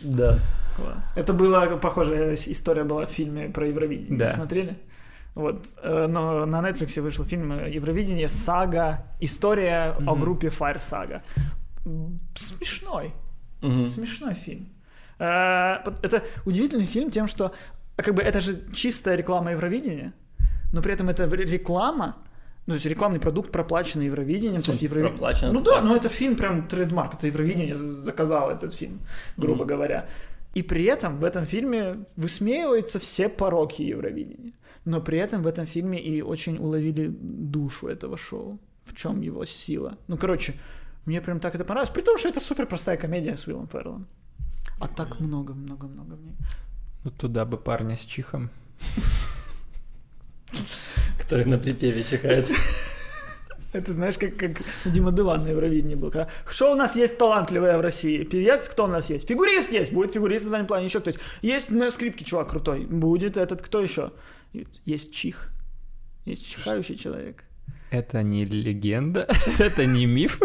S3: Да.
S2: Класс. Это было, похожая с- история была в фильме про Евровидение.
S1: Да.
S2: Вы смотрели? Вот, э, но на Netflix вышел фильм э, Евровидение Сага. История о
S1: Мгм.
S2: группе Fire Saga. М, Смешной.
S3: Мгм.
S2: Смешной фильм. Э, под- Это удивительный фильм тем, что как бы это же чистая реклама Евровидения, но при этом это ре- реклама, ну, то есть рекламный продукт проплаченный Евровидением. То есть Еврови-
S3: проплачен,
S2: Ну
S3: это
S2: да,
S3: факт.
S2: но это фильм прям трейдмарк, это Евровидение з- заказало этот фильм, [laughs] грубо говоря. И при этом в этом фильме высмеиваются все пороки Евровидения. Но при этом в этом фильме и очень уловили душу этого шоу. В чем его сила. Ну, короче, мне прям так это понравилось. При том, что это супер простая комедия с Уиллом Ферреллом. А так много-много-много в ней.
S1: Ну туда бы парня с чихом.
S3: Который на припеве чихает.
S2: Это знаешь, как, как у Дима Билан на Евровидении был. когда, Что у нас есть талантливое в России? Певец, кто у нас есть? Фигурист есть, будет фигурист на заднем плане, еще кто есть. Есть на скрипке чувак крутой, будет этот, кто еще? Есть чих. Есть чихающий человек.
S1: Это не легенда, [laughs] это не миф.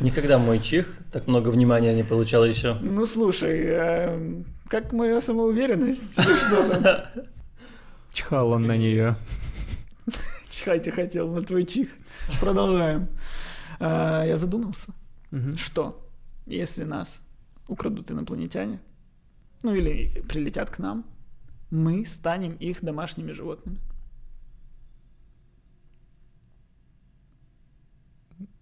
S3: Никогда мой чих так много внимания не получал еще.
S2: Ну слушай, эм, как моя самоуверенность? Или Что там?
S1: Чихал он на нее.
S2: Чихать я хотел на твой чих. Продолжаем. А, Я задумался. что если нас украдут инопланетяне, ну или прилетят к нам, мы станем их домашними животными. [laughs]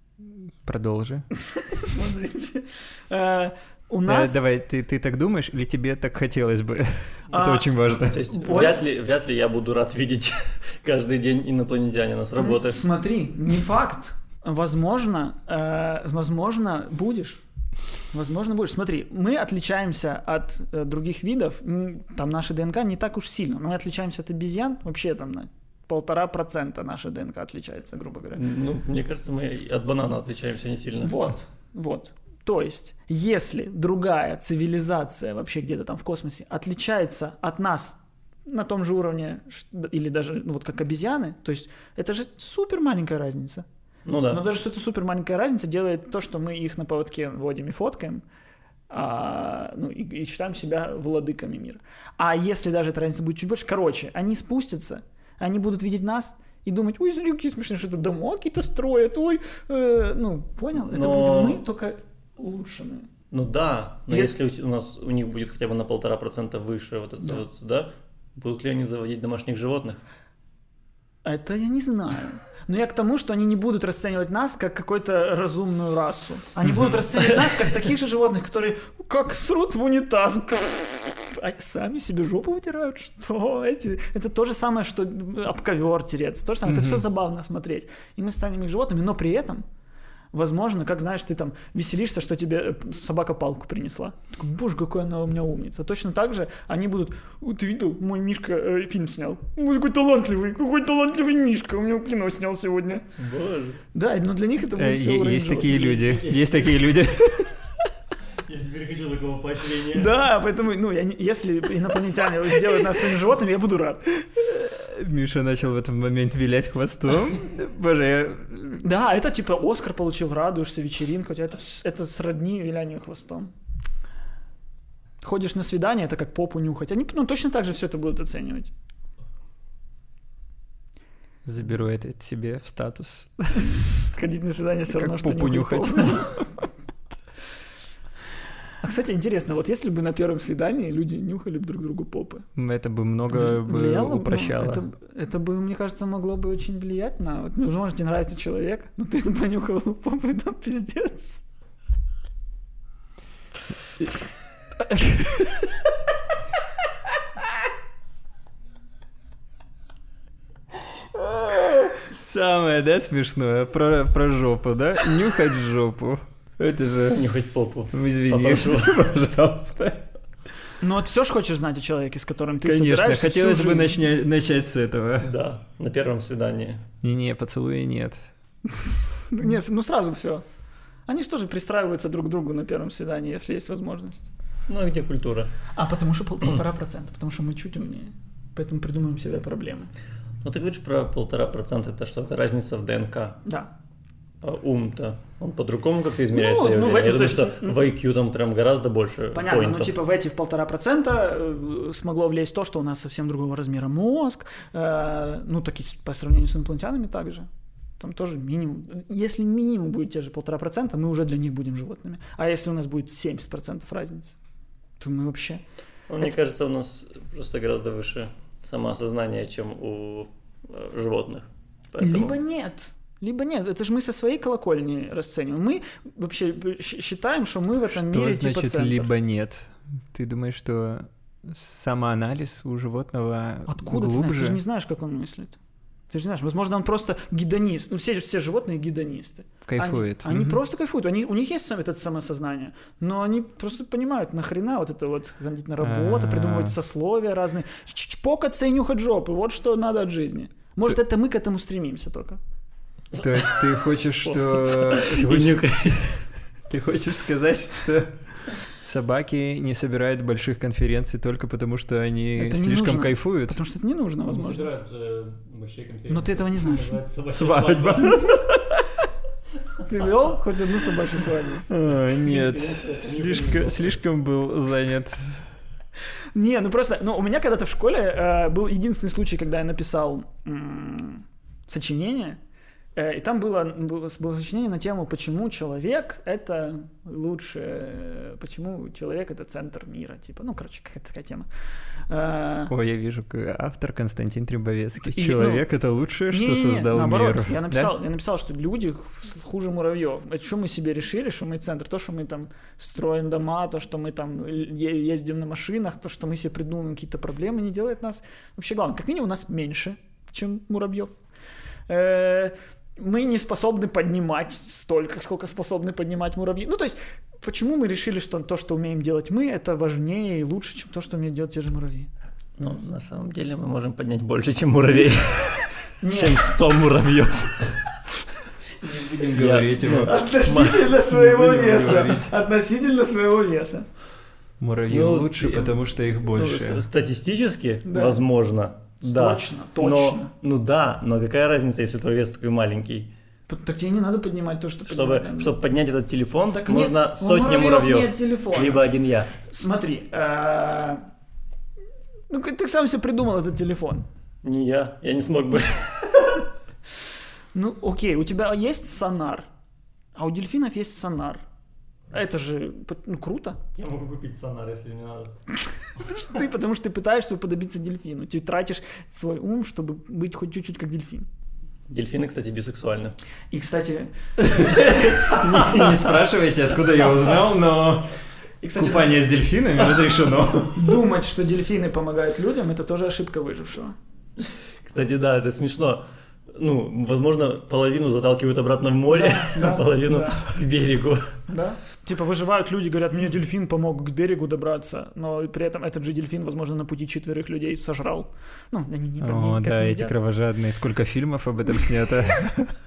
S1: Продолжи.
S2: Смотрите. Э, У
S1: Э,
S2: нас...
S1: Давай, ты, ты так думаешь или тебе так хотелось бы? [laughs] Это
S2: А,
S1: очень важно. [laughs]
S3: То есть
S2: Боль-
S3: вряд ли, вряд ли я буду рад видеть [laughs] каждый день инопланетянина с работы.
S2: Смотри, не факт. Возможно, э, возможно, будешь. Возможно, будешь. Смотри, мы отличаемся от э, других видов. М, Там наша ДНК не так уж сильно. Мы отличаемся от обезьян вообще там на полтора процента наша ДНК отличается, грубо говоря.
S3: Ну, мне кажется, мы от банана отличаемся не сильно.
S2: Вот, вот. То есть, если другая цивилизация вообще где-то там в космосе отличается от нас на том же уровне ш- д- или даже ну, вот как обезьяны, то есть это же супер маленькая разница.
S3: Ну да.
S2: Но даже что это супер маленькая разница делает то, что мы их на поводке водим и фоткаем, а, ну, и, и считаем себя владыками мира. А если даже эта разница будет чуть больше, короче, они спустятся, они будут видеть нас и думать, ой, смотри, какие смешные, что-то дома какие-то строят, ой, э, ну, понял? Это
S3: Но-
S2: будем мы, только улучшенные.
S3: Ну да, но
S2: Я-
S3: если у, те- у нас у них будет хотя бы на полтора процента выше вот это
S2: Да.
S3: вот, да, будут ли они заводить домашних животных?
S2: Это я не знаю. Но я к тому, что они не будут расценивать нас как какую-то разумную расу. Они будут расценивать нас как таких же животных, которые как срут в унитаз. Они сами себе жопу вытирают. Что эти? Это то же самое, что об ковер тереться. То же самое. Это все забавно смотреть. И мы станем их животными, но при этом Возможно, как знаешь, ты там веселишься, что тебе э, собака палку принесла. Такой, боже, какая она у меня умница. Точно так же они будут, «О, ты видел, мой Мишка э, фильм снял. Ой, какой талантливый, какой талантливый Мишка, у меня кино снял сегодня.
S3: Боже.
S2: Да, но для них это
S1: Э,
S2: будет всё
S1: е-
S2: уровень
S1: Есть
S2: животных.
S1: такие люди, есть [laughs] такие люди.
S3: Я теперь хочу такого поощрения.
S2: Да, поэтому, ну, я не- если инопланетяне сделают нас своими животными, я буду рад.
S1: Миша начал в этот момент вилять [laughs] хвостом. Боже, я...
S2: Да, это типа Оскар получил, радуешься, вечеринка, у тебя это, вс- это сродни вилянию хвостом. Ходишь на свидание, это как попу нюхать. Они ну, точно так же все это будут оценивать.
S1: заберу это себе в статус.
S2: Ходить на свидание все
S1: Как [laughs]
S2: равно, что
S1: попу
S2: нюхать.
S1: нюхать.
S2: попу. А Кстати, интересно, вот если бы на первом свидании люди нюхали б друг другу попы,
S1: Это бы много бы
S2: влияло бы, ну,
S1: упрощало.
S2: это, это бы, мне кажется, могло бы очень влиять на... Вот, ну, может, тебе нравится человек, но ты ему понюхал его попу, и там пиздец.
S1: Самое, да, смешное? Про, про жопу, да? Нюхать жопу. Это же...
S3: Нюхать попу.
S1: Ну, Извини,
S3: Попрошу,
S1: [laughs]
S3: пожалуйста.
S2: Но ты все же хочешь знать о человеке, с которым ты
S1: конечно.
S2: собираешься всю
S1: Хотелось бы
S2: жизнь?
S1: начня- начать с этого.
S3: Да, на первом свидании.
S1: Не-не, поцелуя нет.
S2: Нет, ну сразу все. Они что же тоже пристраиваются друг к другу на первом свидании, если есть возможность.
S3: Ну, а где культура?
S2: А потому что пол- полтора процента, потому что мы чуть умнее. Поэтому придумаем себе проблемы.
S3: Ну, ты говоришь про полтора процента, это что-то разница в ДНК.
S2: Да.
S3: А ум-то, он по-другому как-то измеряется.
S2: Ну,
S3: я
S2: ну,
S3: уверен.
S2: в- ну, то
S3: Я думаю,
S2: есть,
S3: что
S2: ну,
S3: в IQ там прям гораздо больше
S2: Понятно,
S3: поинтов.
S2: ну типа в эти в полтора процента э, смогло влезть то, что у нас совсем другого размера мозг, э, ну такие с- по сравнению с инопланетянами также. Там тоже минимум. Если минимум будет те же полтора процента, мы уже для них будем животными. А если у нас будет 70 процентов разницы, то мы вообще...
S3: Ну, Мне кажется, у нас просто гораздо выше самоосознание, чем у э, животных. Поэтому-
S2: Либо нет. Либо нет, это же мы со своей колокольни расцениваем. Мы вообще э, щ- считаем, что мы в этом
S1: Что
S2: мире типа
S1: значит
S2: центр.
S1: либо нет? Ты думаешь, что самоанализ у животного
S2: Откуда ты знаешь? Ты
S1: глубже?
S2: же не знаешь, как он мыслит. Ты же не знаешь, возможно, он просто гедонист. Ну, все, же- все животные гедонисты.
S1: Кайфует.
S2: Они, они
S1: Мгм.
S2: просто кайфуют. Они, у них есть сам, это самосознание, но они просто понимают, нахрена вот это вот ходить на работу,
S1: А.
S2: придумывать сословия разные. Ч- Чпокаться и нюхать жопы. Вот что надо от жизни. Может, это мы к этому стремимся только.
S1: То есть ты хочешь,
S2: [laughs]
S1: что... ты
S3: И
S1: хочешь-
S3: нюхать.
S1: [laughs] Ты хочешь сказать, что собаки не собирают больших конференций только потому, что они
S2: Это не
S1: слишком
S2: нужно.
S1: кайфуют?
S2: Потому что это не
S3: Ну,
S2: нужно, возможно. Но ты этого не знаешь.
S1: Свадьба.
S2: Ты вел хоть одну собачью свадьбу?
S1: [laughs] А,
S2: [laughs]
S1: Нет, слишком, слишком был занят.
S2: Не, ну просто, ну у меня когда-то в школе э, был единственный случай, когда я написал м, сочинение, э, и там было, было, было сочинение на тему, почему человек это лучше, э, почему человек это центр мира, типа, ну короче, какая-то такая тема. Э,
S1: О, я вижу, к- автор Константин Требовецкий.
S2: И, ну,
S1: Человек — это лучшее, что
S2: не-не-не,
S1: создал
S2: наоборот,
S1: мир.
S2: Я
S1: Да?
S2: написал, я написал, что люди х- хуже муравьев. Это что мы себе решили, что мы центр, то, что мы там строим дома, то, что мы там е- ездим на машинах, то, что мы себе придумываем какие-то проблемы, не делает нас вообще главным. Как минимум, нас меньше, чем муравьев. Э, Мы не способны поднимать столько, сколько способны поднимать муравьи. Ну, то есть, почему мы решили, что то, что умеем делать мы, это важнее и лучше, чем то, что умеют делать те же муравьи?
S3: Ну, на самом деле мы можем поднять больше, чем муравей.
S2: Нет.
S3: Чем 100 муравьев.
S1: Будем
S3: говорить
S1: ему.
S2: Относительно своего
S1: будем
S2: веса.
S1: говорить.
S2: Относительно своего веса.
S1: Муравьи
S3: Ну,
S1: лучше,
S3: ты-
S1: потому что их [laughs] больше.
S3: Ну, с- Статистически,
S2: Да.
S3: возможно. Да.
S2: Точно,
S3: Но,
S2: точно.
S3: ну да, но какая разница, если твой вес такой маленький?
S2: П- Так тебе не надо поднимать то, что
S3: Чтобы,
S2: поднимать надо.
S3: чтобы поднять этот телефон,
S2: Так нет,
S3: нужно
S2: у
S3: сотни муравьев.
S2: Нет телефона.
S3: Либо один я.
S2: Смотри, э, ну ты сам себе придумал этот телефон.
S3: Не я, я не смог бы.
S2: Ну, окей, у тебя есть сонар, а у дельфинов есть сонар. Это же п- ну, круто. [laughs]
S3: Я могу купить сонар, если мне надо.
S2: Ты, потому что ты пытаешься уподобиться дельфину. Ты тратишь свой ум, чтобы быть хоть чуть-чуть как дельфин.
S3: Дельфины, кстати, бисексуальны.
S2: И, кстати,
S1: [laughs] Не спрашивайте, откуда я узнал, но
S2: и, кстати
S1: купание с
S2: [laughs]
S1: дельфинами разрешено.
S2: думать, что дельфины помогают людям, это тоже ошибка выжившего.
S3: Кстати, да, это смешно. Ну, возможно, половину заталкивают обратно в море,
S2: [laughs] Да,
S3: а половину
S2: да.
S3: к берегу.
S2: Да? Типа выживают люди, говорят, мне дельфин помог к берегу добраться, но при этом этот же дельфин, возможно, на пути четверых людей сожрал. Ну, они не
S1: О,
S2: никак
S1: да,
S2: не
S1: эти
S2: едят.
S1: кровожадные. Сколько фильмов об этом снято.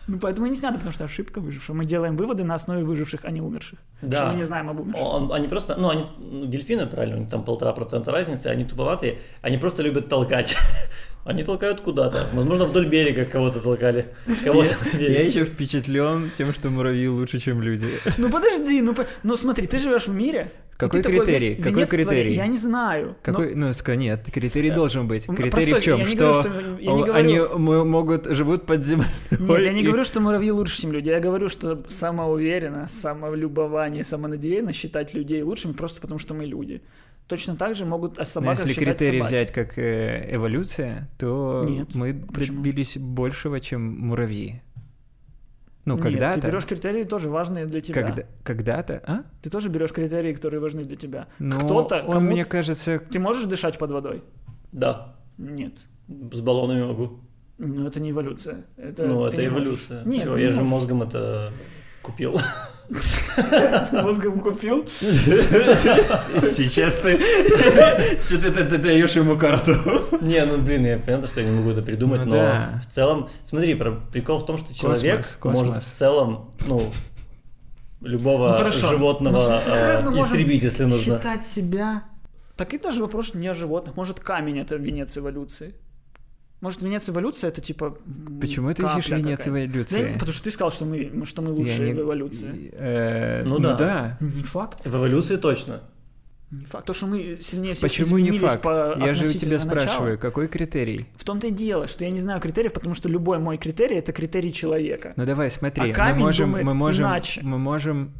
S2: Ну, поэтому и не снято, потому что ошибка выжившего. Мы делаем выводы на основе выживших, а не умерших.
S3: Да.
S2: Потому Что мы не знаем об умерших.
S3: Он- они просто, ну, они, ну, дельфины, правильно, у них там полтора процента разницы, они туповатые, они просто любят толкать. [laughs] Они толкают куда-то. Возможно, вдоль берега кого-то толкали. Кого-то на берег.
S1: Я еще впечатлен тем, что муравьи лучше, чем люди.
S2: Ну подожди, ну, по- ну смотри, ты живешь в мире,
S1: Какой
S2: ты такой
S1: критерий?
S2: весь
S1: какой
S2: венец творения.
S1: критерий?
S2: Я не знаю. но-
S1: Какой, ну, ска- нет, критерий должен быть.
S2: э, М,
S1: Критерий
S2: простой,
S1: в чем?
S2: я не
S1: что,
S2: говорю, что- я не
S1: о-
S2: говорю-
S1: они м- могут живут под землей.
S2: Нет, я не говорю, что муравьи лучше, чем люди. Я говорю, что самоуверенно, самолюбование, самонадеянно считать людей лучшими просто потому, что мы люди. Точно так же могут о
S1: Но
S2: собаках
S1: ну, если
S2: считать
S1: критерий
S2: собаки.
S1: взять как э, эволюция, то
S2: Нет,
S1: мы
S2: почему?
S1: добились большего, чем муравьи. Ну,
S2: Нет,
S1: когда-то.
S2: ты берешь критерии, тоже важные для тебя.
S1: когда, когда-то, а?
S2: Ты тоже берешь критерии, которые важны для тебя.
S1: Но
S2: Кто-то,
S1: Ну, он,
S2: кому-то-
S1: мне
S2: [laughs]
S1: кажется,
S2: Ты можешь дышать под водой?
S3: Да,
S2: Нет.
S3: с баллонами могу.
S2: Ну, это не эволюция. Это,
S3: ну,
S2: ты
S3: это
S2: не можешь.
S3: эволюция.
S2: Нет,
S3: Всё,
S2: ты не
S3: я же
S2: можешь.
S3: мозгом это купил. [laughs]
S2: [laughs] Мозгом купил.
S3: Сейчас
S1: [laughs]
S3: ты... Ты даешь ему карту. Не, ну блин, я понятно, что я не могу это придумать,
S1: Ну
S3: но
S1: да.
S3: в целом... Смотри, про- прикол в том, что человек
S1: космос.
S3: может в целом, ну,
S2: Ну,
S3: любого
S2: хорошо.
S3: животного
S2: Ну,
S3: э,
S2: как мы можем
S3: истребить, если нужно.
S2: Считать себя. Так и даже вопрос не о животных. Может, камень это венец эволюции? Может, венец эволюции это типа. м,
S1: почему ты
S2: капля
S1: ищешь венец
S2: какая-то? Да,
S1: эволюции?
S2: потому что ты сказал, что мы, что мы
S1: Я
S2: лучшие
S1: не-
S2: в эволюции.
S1: Э,
S3: Ну
S1: ну,
S3: да.
S1: да.
S2: Не факт.
S3: В эволюции точно.
S2: Не факт. То, что мы сильнее всех
S1: Почему не
S2: изменились
S1: факт?
S2: по
S1: Я же у тебя
S2: относительно
S1: спрашиваю,
S2: начала.
S1: какой критерий?
S2: В том-то и дело, что я не знаю критериев, потому что любой мой критерий это критерий человека.
S1: Ну давай, смотри,
S2: А камень
S1: мы можем,
S2: думает
S1: мы можем,
S2: иначе.
S1: мы можем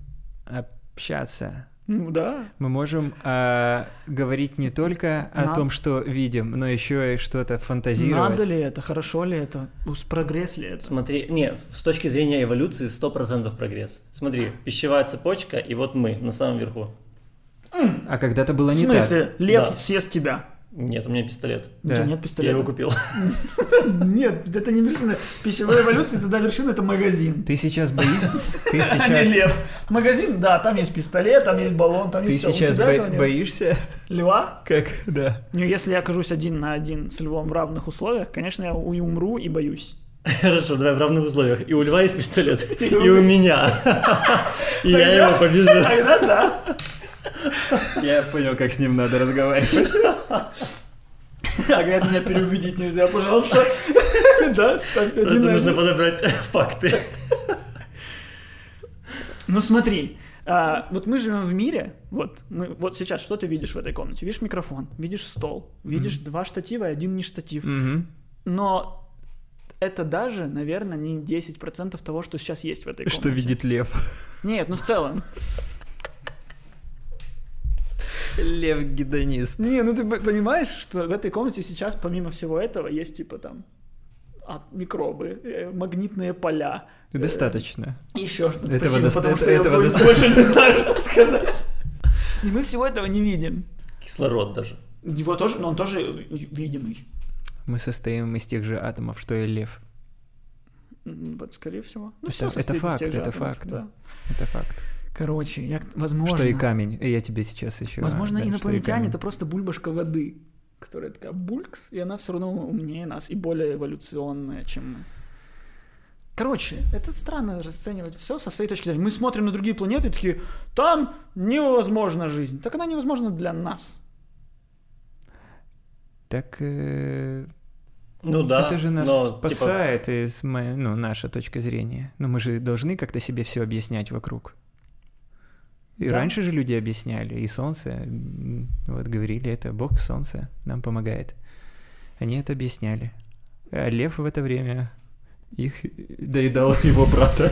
S1: общаться.
S2: Ну да.
S1: Мы можем а, говорить не только о
S2: Надо-
S1: том, что видим, но еще и что-то фантазировать.
S2: Надо ли это, хорошо ли это, ус- прогресс ли это?
S3: Смотри, не, с точки зрения эволюции 100% прогресс. Смотри, пищевая цепочка, и вот мы на самом верху.
S1: А когда-то было
S2: В
S1: не так.
S2: смысле, лев
S3: Да.
S2: съест тебя.
S3: Нет, у меня пистолет.
S2: У
S1: Да.
S2: тебя нет
S3: Я
S2: пистолета.
S3: его купил. [laughs]
S2: Нет, это не вершина пищевой эволюции, тогда вершина это магазин.
S1: Ты сейчас боишься?
S2: [laughs]
S1: Ты
S2: А не
S1: сейчас,
S2: лев. Магазин, да, там есть пистолет, там есть баллон, там
S1: ты
S2: есть все.
S1: сейчас бо-
S2: а этого нет?
S1: боишься?
S2: Льва?
S1: Как? [laughs] Да.
S2: Ну, если я окажусь один на один с львом в равных условиях, конечно, я и умру и боюсь.
S3: Хорошо, давай в равных условиях. И у льва есть пистолет, и у меня. И я его побежу.
S2: Тогда А да.
S1: Я понял, как с ним надо разговаривать.
S2: А говорят, меня переубедить нельзя, пожалуйста. [laughs] Да, ставь [laughs]
S3: Просто
S2: один на
S3: нужно
S2: один.
S3: подобрать [laughs] факты.
S2: Ну смотри, а, вот мы живем в мире, вот, мы, вот сейчас что ты видишь в этой комнате? Видишь микрофон, видишь стол, видишь два штатива и один не штатив. Но это даже, наверное, не 10% того, что сейчас есть в этой комнате.
S1: Что видит лев?
S2: Нет, ну в целом.
S1: Лев-гедонист.
S2: [laughs] Не, ну ты по- понимаешь, что в этой комнате сейчас, помимо всего этого, есть типа там а, микробы, э, магнитные поля.
S1: Э, Достаточно.
S2: Еще что-то.
S1: Этого
S2: Спасибо,
S1: доста-
S2: потому что
S1: этого
S2: я больше-
S1: доста-
S2: больше не знаю, что сказать. [laughs] И мы всего этого не видим.
S3: Кислород даже.
S2: Его тоже, но он тоже видимый.
S1: Мы состоим из тех же атомов, что и лев.
S2: М, Вот, скорее всего. Ну,
S1: Это-
S2: всё
S1: это
S2: состоит из
S1: факт,
S2: тех же
S1: это
S2: атомов,
S1: факт.
S2: да.
S1: Это факт.
S2: Короче, я, возможно...
S1: Что и камень. И Я тебе сейчас еще.
S2: Возможно,
S1: да, что и
S2: инопланетяне
S1: камень.
S2: это просто бульбашка воды, которая такая булькс, и она все равно умнее нас и более эволюционная, чем мы. Короче, это странно расценивать все со своей точки зрения. Мы смотрим на другие планеты и такие, там невозможна жизнь. Так она невозможна для нас.
S1: Так э,
S3: Ну да.
S1: это же нас
S3: но, типа,
S1: спасает из мо- ну, наша точка зрения. Но мы же должны как-то себе все объяснять вокруг. И
S2: Да.
S1: раньше же люди объясняли, и солнце, м, вот говорили, это бог солнце нам помогает. Они это объясняли. А лев в это время их доедал его брата.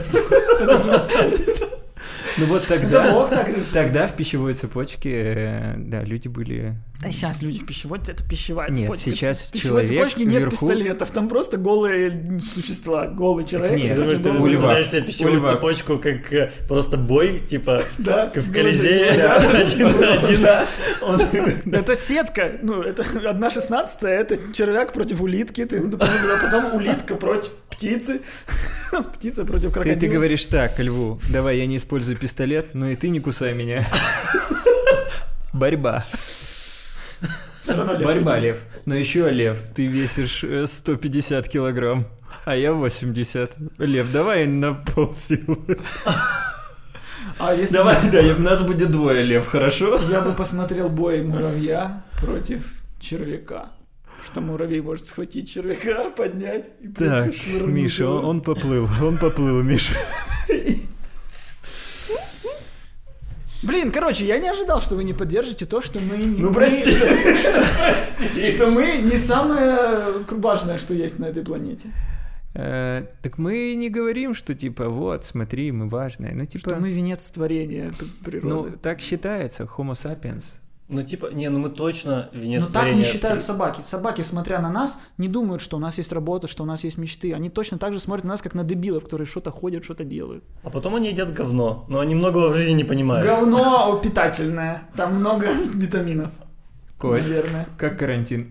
S1: Ну вот тогда, тогда в пищевой цепочке, э, да, люди были
S2: А сейчас люди в пищевой, это пищевая
S1: Нет,
S2: цепочка.
S1: сейчас
S2: В пищевой
S1: человек
S2: цепочке нет
S1: вверху-
S2: пистолетов, там просто голые существа, голый человек.
S1: нет,
S2: который
S3: Думаешь, ты
S2: голый-
S1: у льва.
S3: представляешь себе пищевую
S1: У льва.
S3: цепочку, как э, просто бой, типа
S2: Да,
S3: как в
S2: голый-
S3: Колизее,
S2: Да.
S3: один на один. Он-
S2: Это сетка, ну, это одна шестнадцатая, это червяк против улитки, ты, ну, потом, да, потом улитка против птицы, [laughs] птица против
S1: Ты,
S2: крокодила.
S1: ты говоришь так, льву, давай я не использую пистолет, но и ты не кусай меня. [laughs] Борьба.
S2: Всё равно лев.
S1: Борьба, лев. Но еще, лев, ты весишь э, 150 килограмм, а я 80. Лев, давай на полсилы.
S2: А
S1: [laughs]
S2: если
S1: Давай, да, и нас будет двое, лев, хорошо?
S2: бы- я бы посмотрел бой муравья против червяка, что муравей может схватить червяка, [laughs] поднять и просто
S1: Так,
S2: швырнуть
S1: Миша,
S2: его.
S1: он, он поплыл, он поплыл, Миша.
S2: Блин, короче, я не ожидал, что вы не поддержите то, что мы не...
S3: Ну
S2: мы-
S3: прости,
S1: [laughs]
S2: Что мы не самое важное, что есть на этой планете.
S1: Э, Так мы не говорим, что типа вот, смотри, мы важные. Ну, типа,
S2: Что мы венец творения п-
S1: ну,
S2: природы.
S1: так считается, Homo sapiens.
S3: Ну типа, не, ну мы точно венец
S2: Но так не
S3: творения.
S2: считают собаки. Собаки, смотря на нас, не думают, что у нас есть работа, что у нас есть мечты. Они точно так же смотрят на нас, как на дебилов, которые что-то ходят, что-то делают.
S3: А потом они едят говно, но они многого в жизни не понимают.
S2: Говно питательное. Там много [laughs] витаминов.
S1: Кость,
S2: Наверное.
S1: как
S2: [laughs]
S1: карантин.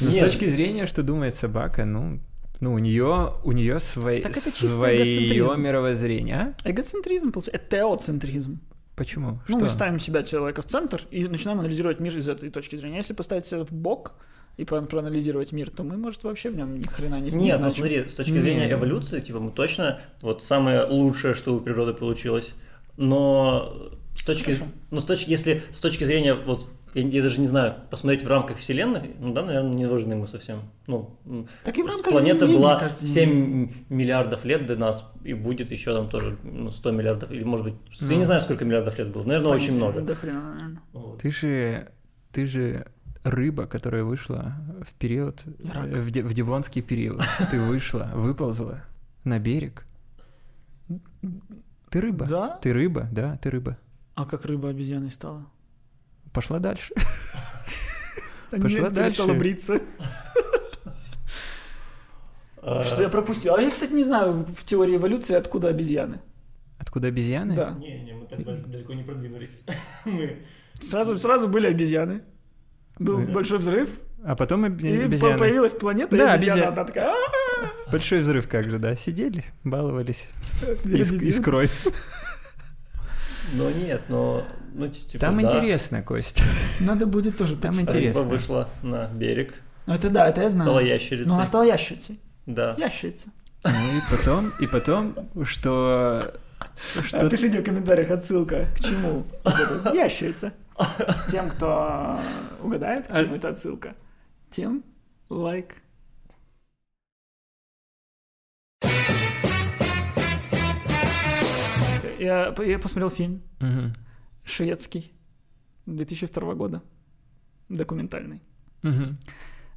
S1: Ну, с
S3: Нет.
S1: точки зрения, что думает собака, ну, ну у нее у нее свои,
S2: Так это чисто
S1: свое
S2: эгоцентризм.
S1: мировоззрение, а?
S2: Эгоцентризм, получается. Это теоцентризм.
S1: Почему?
S2: Ну,
S1: Что?
S2: мы ставим себя человека в центр и начинаем анализировать мир из этой точки зрения. Если поставить себя в бок и про- проанализировать мир, то мы, может, вообще в нем ни хрена не, не
S3: Нет, ну
S2: значим.
S3: смотри, с точки
S1: Не.
S3: зрения эволюции, типа, мы точно вот самое лучшее, что у природы получилось. Но с точки,
S2: Хорошо.
S3: ну, с точки, если с точки зрения вот я, я даже не знаю, посмотреть в рамках вселенных, ну да, наверное, не должны мы совсем. Ну, м,
S2: Так и в рамках
S3: планета
S2: Земли,
S3: была
S2: мне кажется, не-
S3: 7 миллиардов лет до нас, и будет еще там тоже ну, 100 миллиардов, или может быть, я не знаю, сколько миллиардов лет было, наверное, очень
S2: Ну. Понятно,
S3: много.
S2: до хрена, наверное.
S3: Вот.
S1: Ты же ты же рыба, которая вышла в период э,
S2: Рак.
S1: в, де- в девонский период. Ты вышла, выползла на берег. Ты рыба.
S2: Да?
S1: Ты рыба, да, ты рыба.
S2: А как рыба обезьяной стала?
S1: Пошла дальше.
S2: Пошла
S1: дальше.
S2: Перестала бриться.
S3: А,
S2: Что я пропустил? А я, кстати, не знаю в в теории эволюции, откуда обезьяны.
S1: Откуда обезьяны?
S2: Да.
S3: Не, не, мы так далеко не продвинулись. [laughs] Мы
S2: Сразу, сразу были обезьяны. Был
S1: Да.
S2: большой взрыв,
S1: А потом об-
S2: и
S1: обезьяны.
S2: по- появилась планета,
S1: Да,
S2: и обезьяна,
S1: обезьяна.
S2: одна такая... «А-а-а».
S1: Большой взрыв как же, да? Сидели, [laughs] баловались. Иск- Искрой.
S3: Но нет, но... Ну, ти- типа,
S1: Там
S3: да.
S1: интересно, Кость.
S2: Надо будет тоже
S1: Там
S2: почитать.
S3: Рыба
S1: интересно.
S3: вышла на берег,
S2: Ну, это да, это я
S3: стала
S2: знаю.
S3: ящерицей.
S2: Но она стала ящерицей.
S3: Да.
S2: Ящерица.
S1: Ну и потом, и потом, что... Что...
S2: Пишите А в комментариях отсылка к чему вот это ящерица. Тем, кто угадает, к чему это отсылка, тем лайк. Я, я посмотрел фильм
S1: Мгм.
S2: шведский 2002 года, документальный.
S1: Мгм.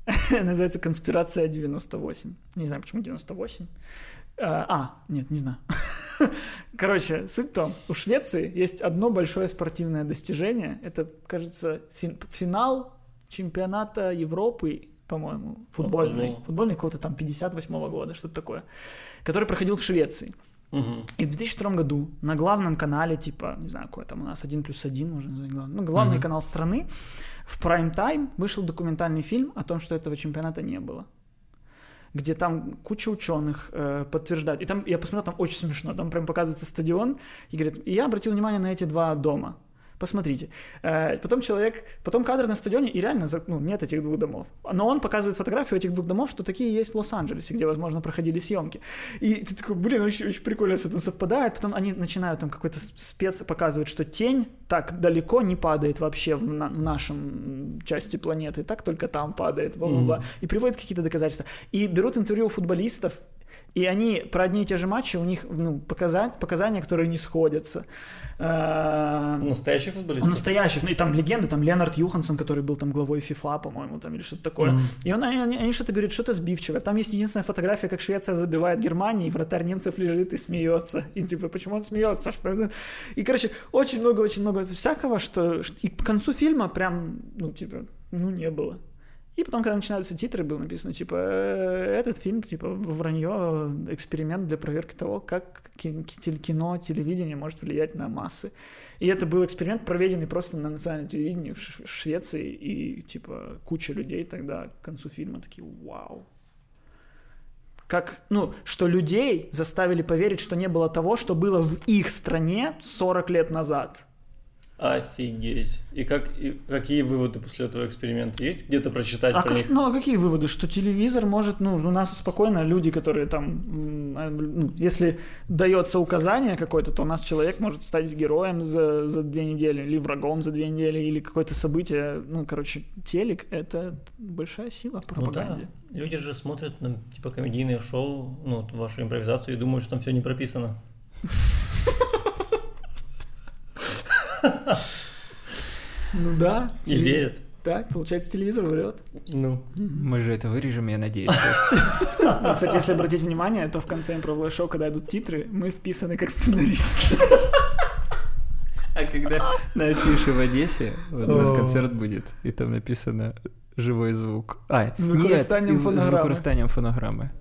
S2: [laughs] Называется «Конспирация 98». Не знаю, почему 98. А, а, нет, не знаю. [laughs] Короче, суть в том, у Швеции есть одно большое спортивное достижение. Это, кажется, фин- финал чемпионата Европы, по-моему, футбольный.
S3: Футбольного.
S2: Футбольный какого-то там 58 года, что-то такое. Который проходил в Швеции.
S3: Мгм.
S2: И в 2002 году на главном канале, типа, не знаю, какой там у нас, 1 плюс 1, можно назвать главным, ну, главный
S1: Мгм.
S2: канал страны, в прайм-тайм вышел документальный фильм о том, что этого чемпионата не было. Где там куча ученых э, подтверждают. И там, я посмотрел, там очень смешно. Там прям показывается стадион. И говорит, и я обратил внимание на эти два дома. Посмотрите. Э, Потом человек, потом кадр на стадионе, и реально за- ну, нет этих двух домов. Но он показывает фотографию этих двух домов, что такие есть в Лос-Анджелесе, где, возможно, проходили съемки. И ты такой, блин, очень, очень прикольно все там совпадает. Потом они начинают там какой-то спец показывать, что тень так далеко не падает вообще в, на- в нашем м, части планеты, так только там падает, бла-бла-бла. И приводят какие-то доказательства. И берут интервью у футболистов, и они про одни и те же матчи, у них ну, показать, показания, которые не сходятся.
S3: Ну,
S2: Э,
S3: Настоящих
S2: у
S3: футболистов?
S2: настоящих, ну и там легенды, там Леонард Юхансон, который был там главой FIFA, по-моему, там или что-то такое. И он, они, они что-то говорят, что-то сбивчиво. Там есть единственная фотография, как Швеция забивает Германии, и вратарь немцев лежит и смеется. И типа, почему он смеется? Что это? И, короче, очень много, очень много всякого, что, что- И к концу фильма прям, ну, типа, ну, не было. И потом, когда начинаются титры, было написано, типа, «Э, этот фильм, типа, вранье, э, эксперимент для проверки того, как ки- ки- кино, телевидение может влиять на массы. И это был эксперимент, проведенный просто на национальном телевидении в Ш- в Швеции, и, типа, куча людей тогда к концу фильма такие, вау. Как, ну, что людей заставили поверить, что не было того, что было в их стране 40 лет назад.
S3: Офигеть. И, как, и какие выводы после этого эксперимента? Есть где-то прочитать
S2: А
S3: про
S2: как-
S3: них?
S2: ну а какие выводы? Что телевизор может, ну, у нас спокойно люди, которые там, м, э, ну, если дается указание какое-то, то у нас человек может стать героем за, за две недели, или врагом за две недели, или какое-то событие. Ну, короче, телек — это большая сила в
S3: Ну да.
S2: пропаганде.
S3: Люди же смотрят на типа комедийные шоу, ну, вот вашу импровизацию и думают, что там все не прописано.
S2: Ну да.
S3: Не
S2: теле-
S3: верят.
S2: Так, получается, телевизор врет.
S3: Ну.
S1: Мы же это вырежем, я надеюсь.
S2: Ну, кстати, если обратить внимание, то в конце импровизационного шоу, когда идут титры, мы вписаны как сценарист.
S1: А когда на афише в Одессе вот у нас концерт будет, и там написано «Живой звук». А,
S2: С выкористанием
S1: нет, и
S2: фонограммы.
S1: С выкористанием фонограммы.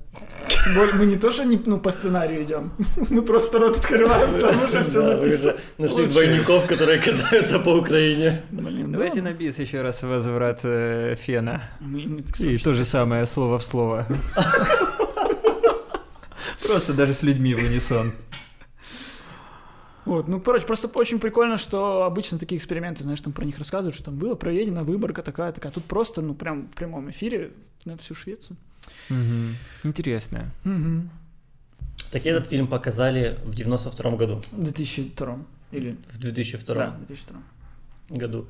S2: Боль, мы не то, что не, ну, по сценарию идем, [laughs] мы просто рот открываем, потому что все
S3: Да, вы
S2: записано.
S3: же нашли двойников, которые катаются по Украине.
S2: Блин, да.
S1: Давайте на бис еще раз возврат э, фена.
S2: Мы- мы-
S1: И то же самое, слово в [laughs] слово. Просто даже с людьми в унисон.
S2: Вот, ну, короче, просто очень прикольно, что обычно такие эксперименты, знаешь, там про них рассказывают, что там было проведена выборка такая, такая. Тут просто, ну, прям в прямом эфире на всю Швецию.
S1: Мгм. Интересно.
S2: Угу.
S3: Так этот фильм показали в 92 году,
S2: В 2002 или...
S3: в 2002
S2: Да, в 2002.
S3: году.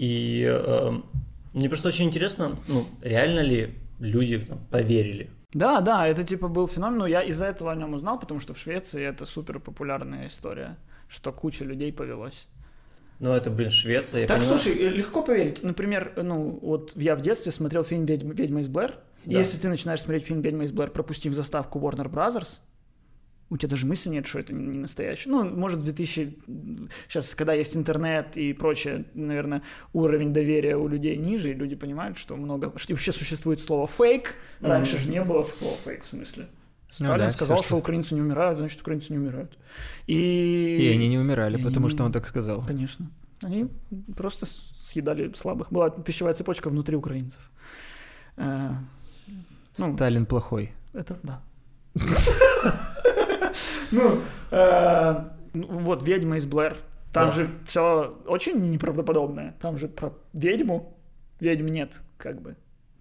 S3: И э, мне просто очень интересно, ну, реально ли люди там, поверили?
S2: Да, да, это типа был феномен, но я из-за этого о нем узнал, потому что в Швеции это супер популярная история, что куча людей повелось.
S3: Ну, это, блин, Швеция. я
S2: так,
S3: понимаю.
S2: слушай, э, легко поверить. Например, э, ну, вот я в детстве смотрел фильм «Ведьма, «Ведьма из Блэр», и
S3: Да.
S2: если ты начинаешь смотреть фильм «Ведьма из Блэр», пропустив заставку Warner Brothers, у тебя даже мысли нет, что это не настоящий. Ну, может, в 2000... Сейчас, когда есть интернет и прочее, наверное, уровень доверия у людей ниже, и люди понимают, что много... Что вообще существует слово «фейк». Раньше же не было слова «фейк», в смысле. Сталин
S1: Ну да, всё,
S2: сказал,
S1: что-
S2: что украинцы не умирают, значит, украинцы не умирают. И...
S1: И они не умирали,
S2: И
S1: потому
S2: они-
S1: что он так сказал.
S2: Конечно. Они просто с- съедали слабых. Была пищевая цепочка внутри украинцев. Э, ну,
S1: Сталин плохой.
S2: это да. Ну, э, ну, вот ведьма из Блэр. Там
S3: Да.
S2: же все очень неправдоподобное. Там же про ведьму. Ведьм нет, как бы.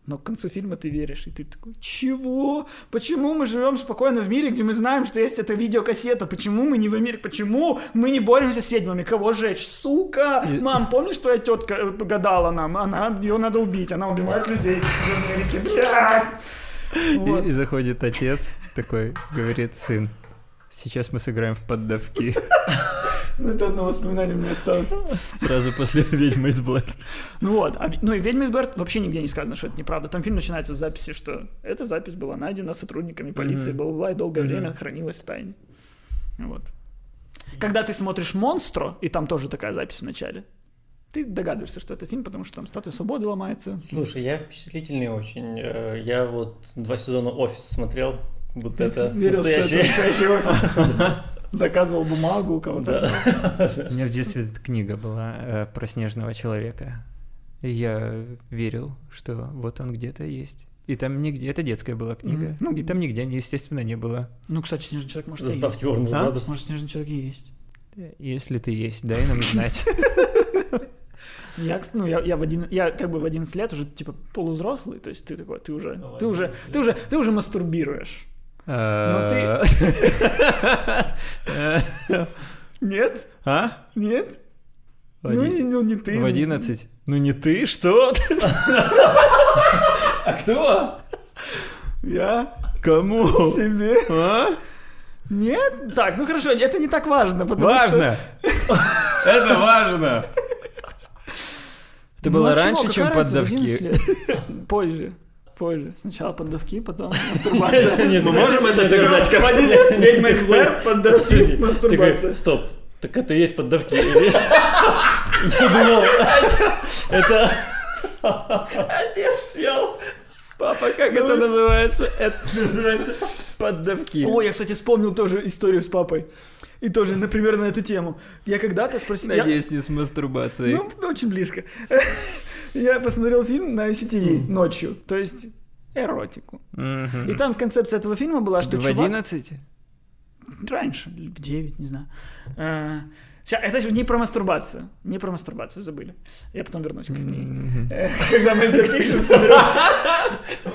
S2: Но к концу фильма ты веришь, и ты такой, чего? Почему мы живем спокойно в мире, где мы знаем, что есть эта видеокассета? Почему мы не в мире? Почему мы не боремся с ведьмами? Кого жечь? Сука! Мам, помнишь, твоя тетка гадала нам? Она, ее надо убить, она убивает людей в Америке. Блядь! Вот.
S1: И, и заходит отец такой, говорит, сын, сейчас мы сыграем в
S2: [laughs]
S1: поддавки.
S2: Ну, это одно воспоминание у меня осталось.
S1: Сразу после «Ведьмы из Блэр».
S2: [laughs] Ну вот, а, ви- ну и «Ведьма из Блэр» вообще нигде не сказано, что это неправда. Там фильм начинается с записи, что эта запись была найдена сотрудниками полиции,
S1: Мгм.
S2: бла-бла-бла, и долгое
S1: Мгм.
S2: время хранилась в тайне. Вот. Когда ты смотришь «Монстро», и там тоже такая запись в начале, ты догадываешься, что это фильм, потому что там статуя свободы ломается.
S3: Слушай, я впечатлительный очень. Э, Я вот два сезона «Офис» смотрел. Вот это
S2: Верил, что это
S3: настоящее.
S2: настоящий офис. [laughs] Заказывал бумагу у кого-то.
S1: У меня в детстве эта книга была э, про снежного человека. И я верил, что вот он где-то есть. И там нигде... Это детская была книга.
S2: Мгм. Ну,
S1: и там нигде, естественно, не было.
S2: Ну, кстати, «Снежный человек» может и есть.
S3: [laughs] Заставки Warner
S1: А?
S3: Brothers.
S2: Может, «Снежный человек» и есть.
S1: Если ты есть, дай нам [laughs] знать.
S2: Я, кс- ну, я, я, в один, я как бы в 11 лет уже типа полувзрослый, то есть ты такой, ты уже,
S1: Ну,
S2: ты уже, ты уже, ты уже мастурбируешь. Ну,
S1: Но ты...
S2: Нет?
S1: А?
S2: Нет?
S1: В
S2: Ну,
S1: оди-
S2: не, ну, не ты.
S1: В 11? Ну не ты, что? А кто?
S2: Я?
S1: Кому?
S2: Себе?
S1: А?
S2: Нет? Так, ну хорошо, это не так важно, потому что...
S1: Важно! Это важно! Это
S2: Ну,
S1: было
S2: а чего,
S1: раньше,
S2: какая
S1: чем
S2: разница, в
S1: поддавки.
S2: 11 лет? [laughs] Позже. Позже. Сначала
S1: [laughs]
S2: поддавки, потом
S3: Нет,
S2: мастурбация.
S3: нет, Мы можем это связать как
S2: Ведьма из Блэр, поддавки, мастурбация.
S3: Стоп. Так это и есть поддавки. видишь? [laughs] Я думал, [laughs] это... [laughs]
S1: Отец съел! Папа,
S2: Ну,
S1: как это называется? Это называется поддавки.
S2: О, я, кстати, вспомнил тоже историю с папой. И тоже, например, на эту тему. Я когда-то спросил... я-
S1: Надеюсь, не с мастурбацией.
S2: Ну, очень близко. [laughs] Я посмотрел фильм на ICTV ночью, то есть эротику.
S1: Мгм.
S2: И там концепция этого фильма была, а что
S1: Типа В
S2: чувак...
S1: 11?
S2: Раньше, в 9, не знаю. Э, ща- Это же не про мастурбацию. Не про мастурбацию, забыли. Я потом вернусь к ней.
S1: Мгм.
S2: Э, [laughs] Когда мы Education соберем.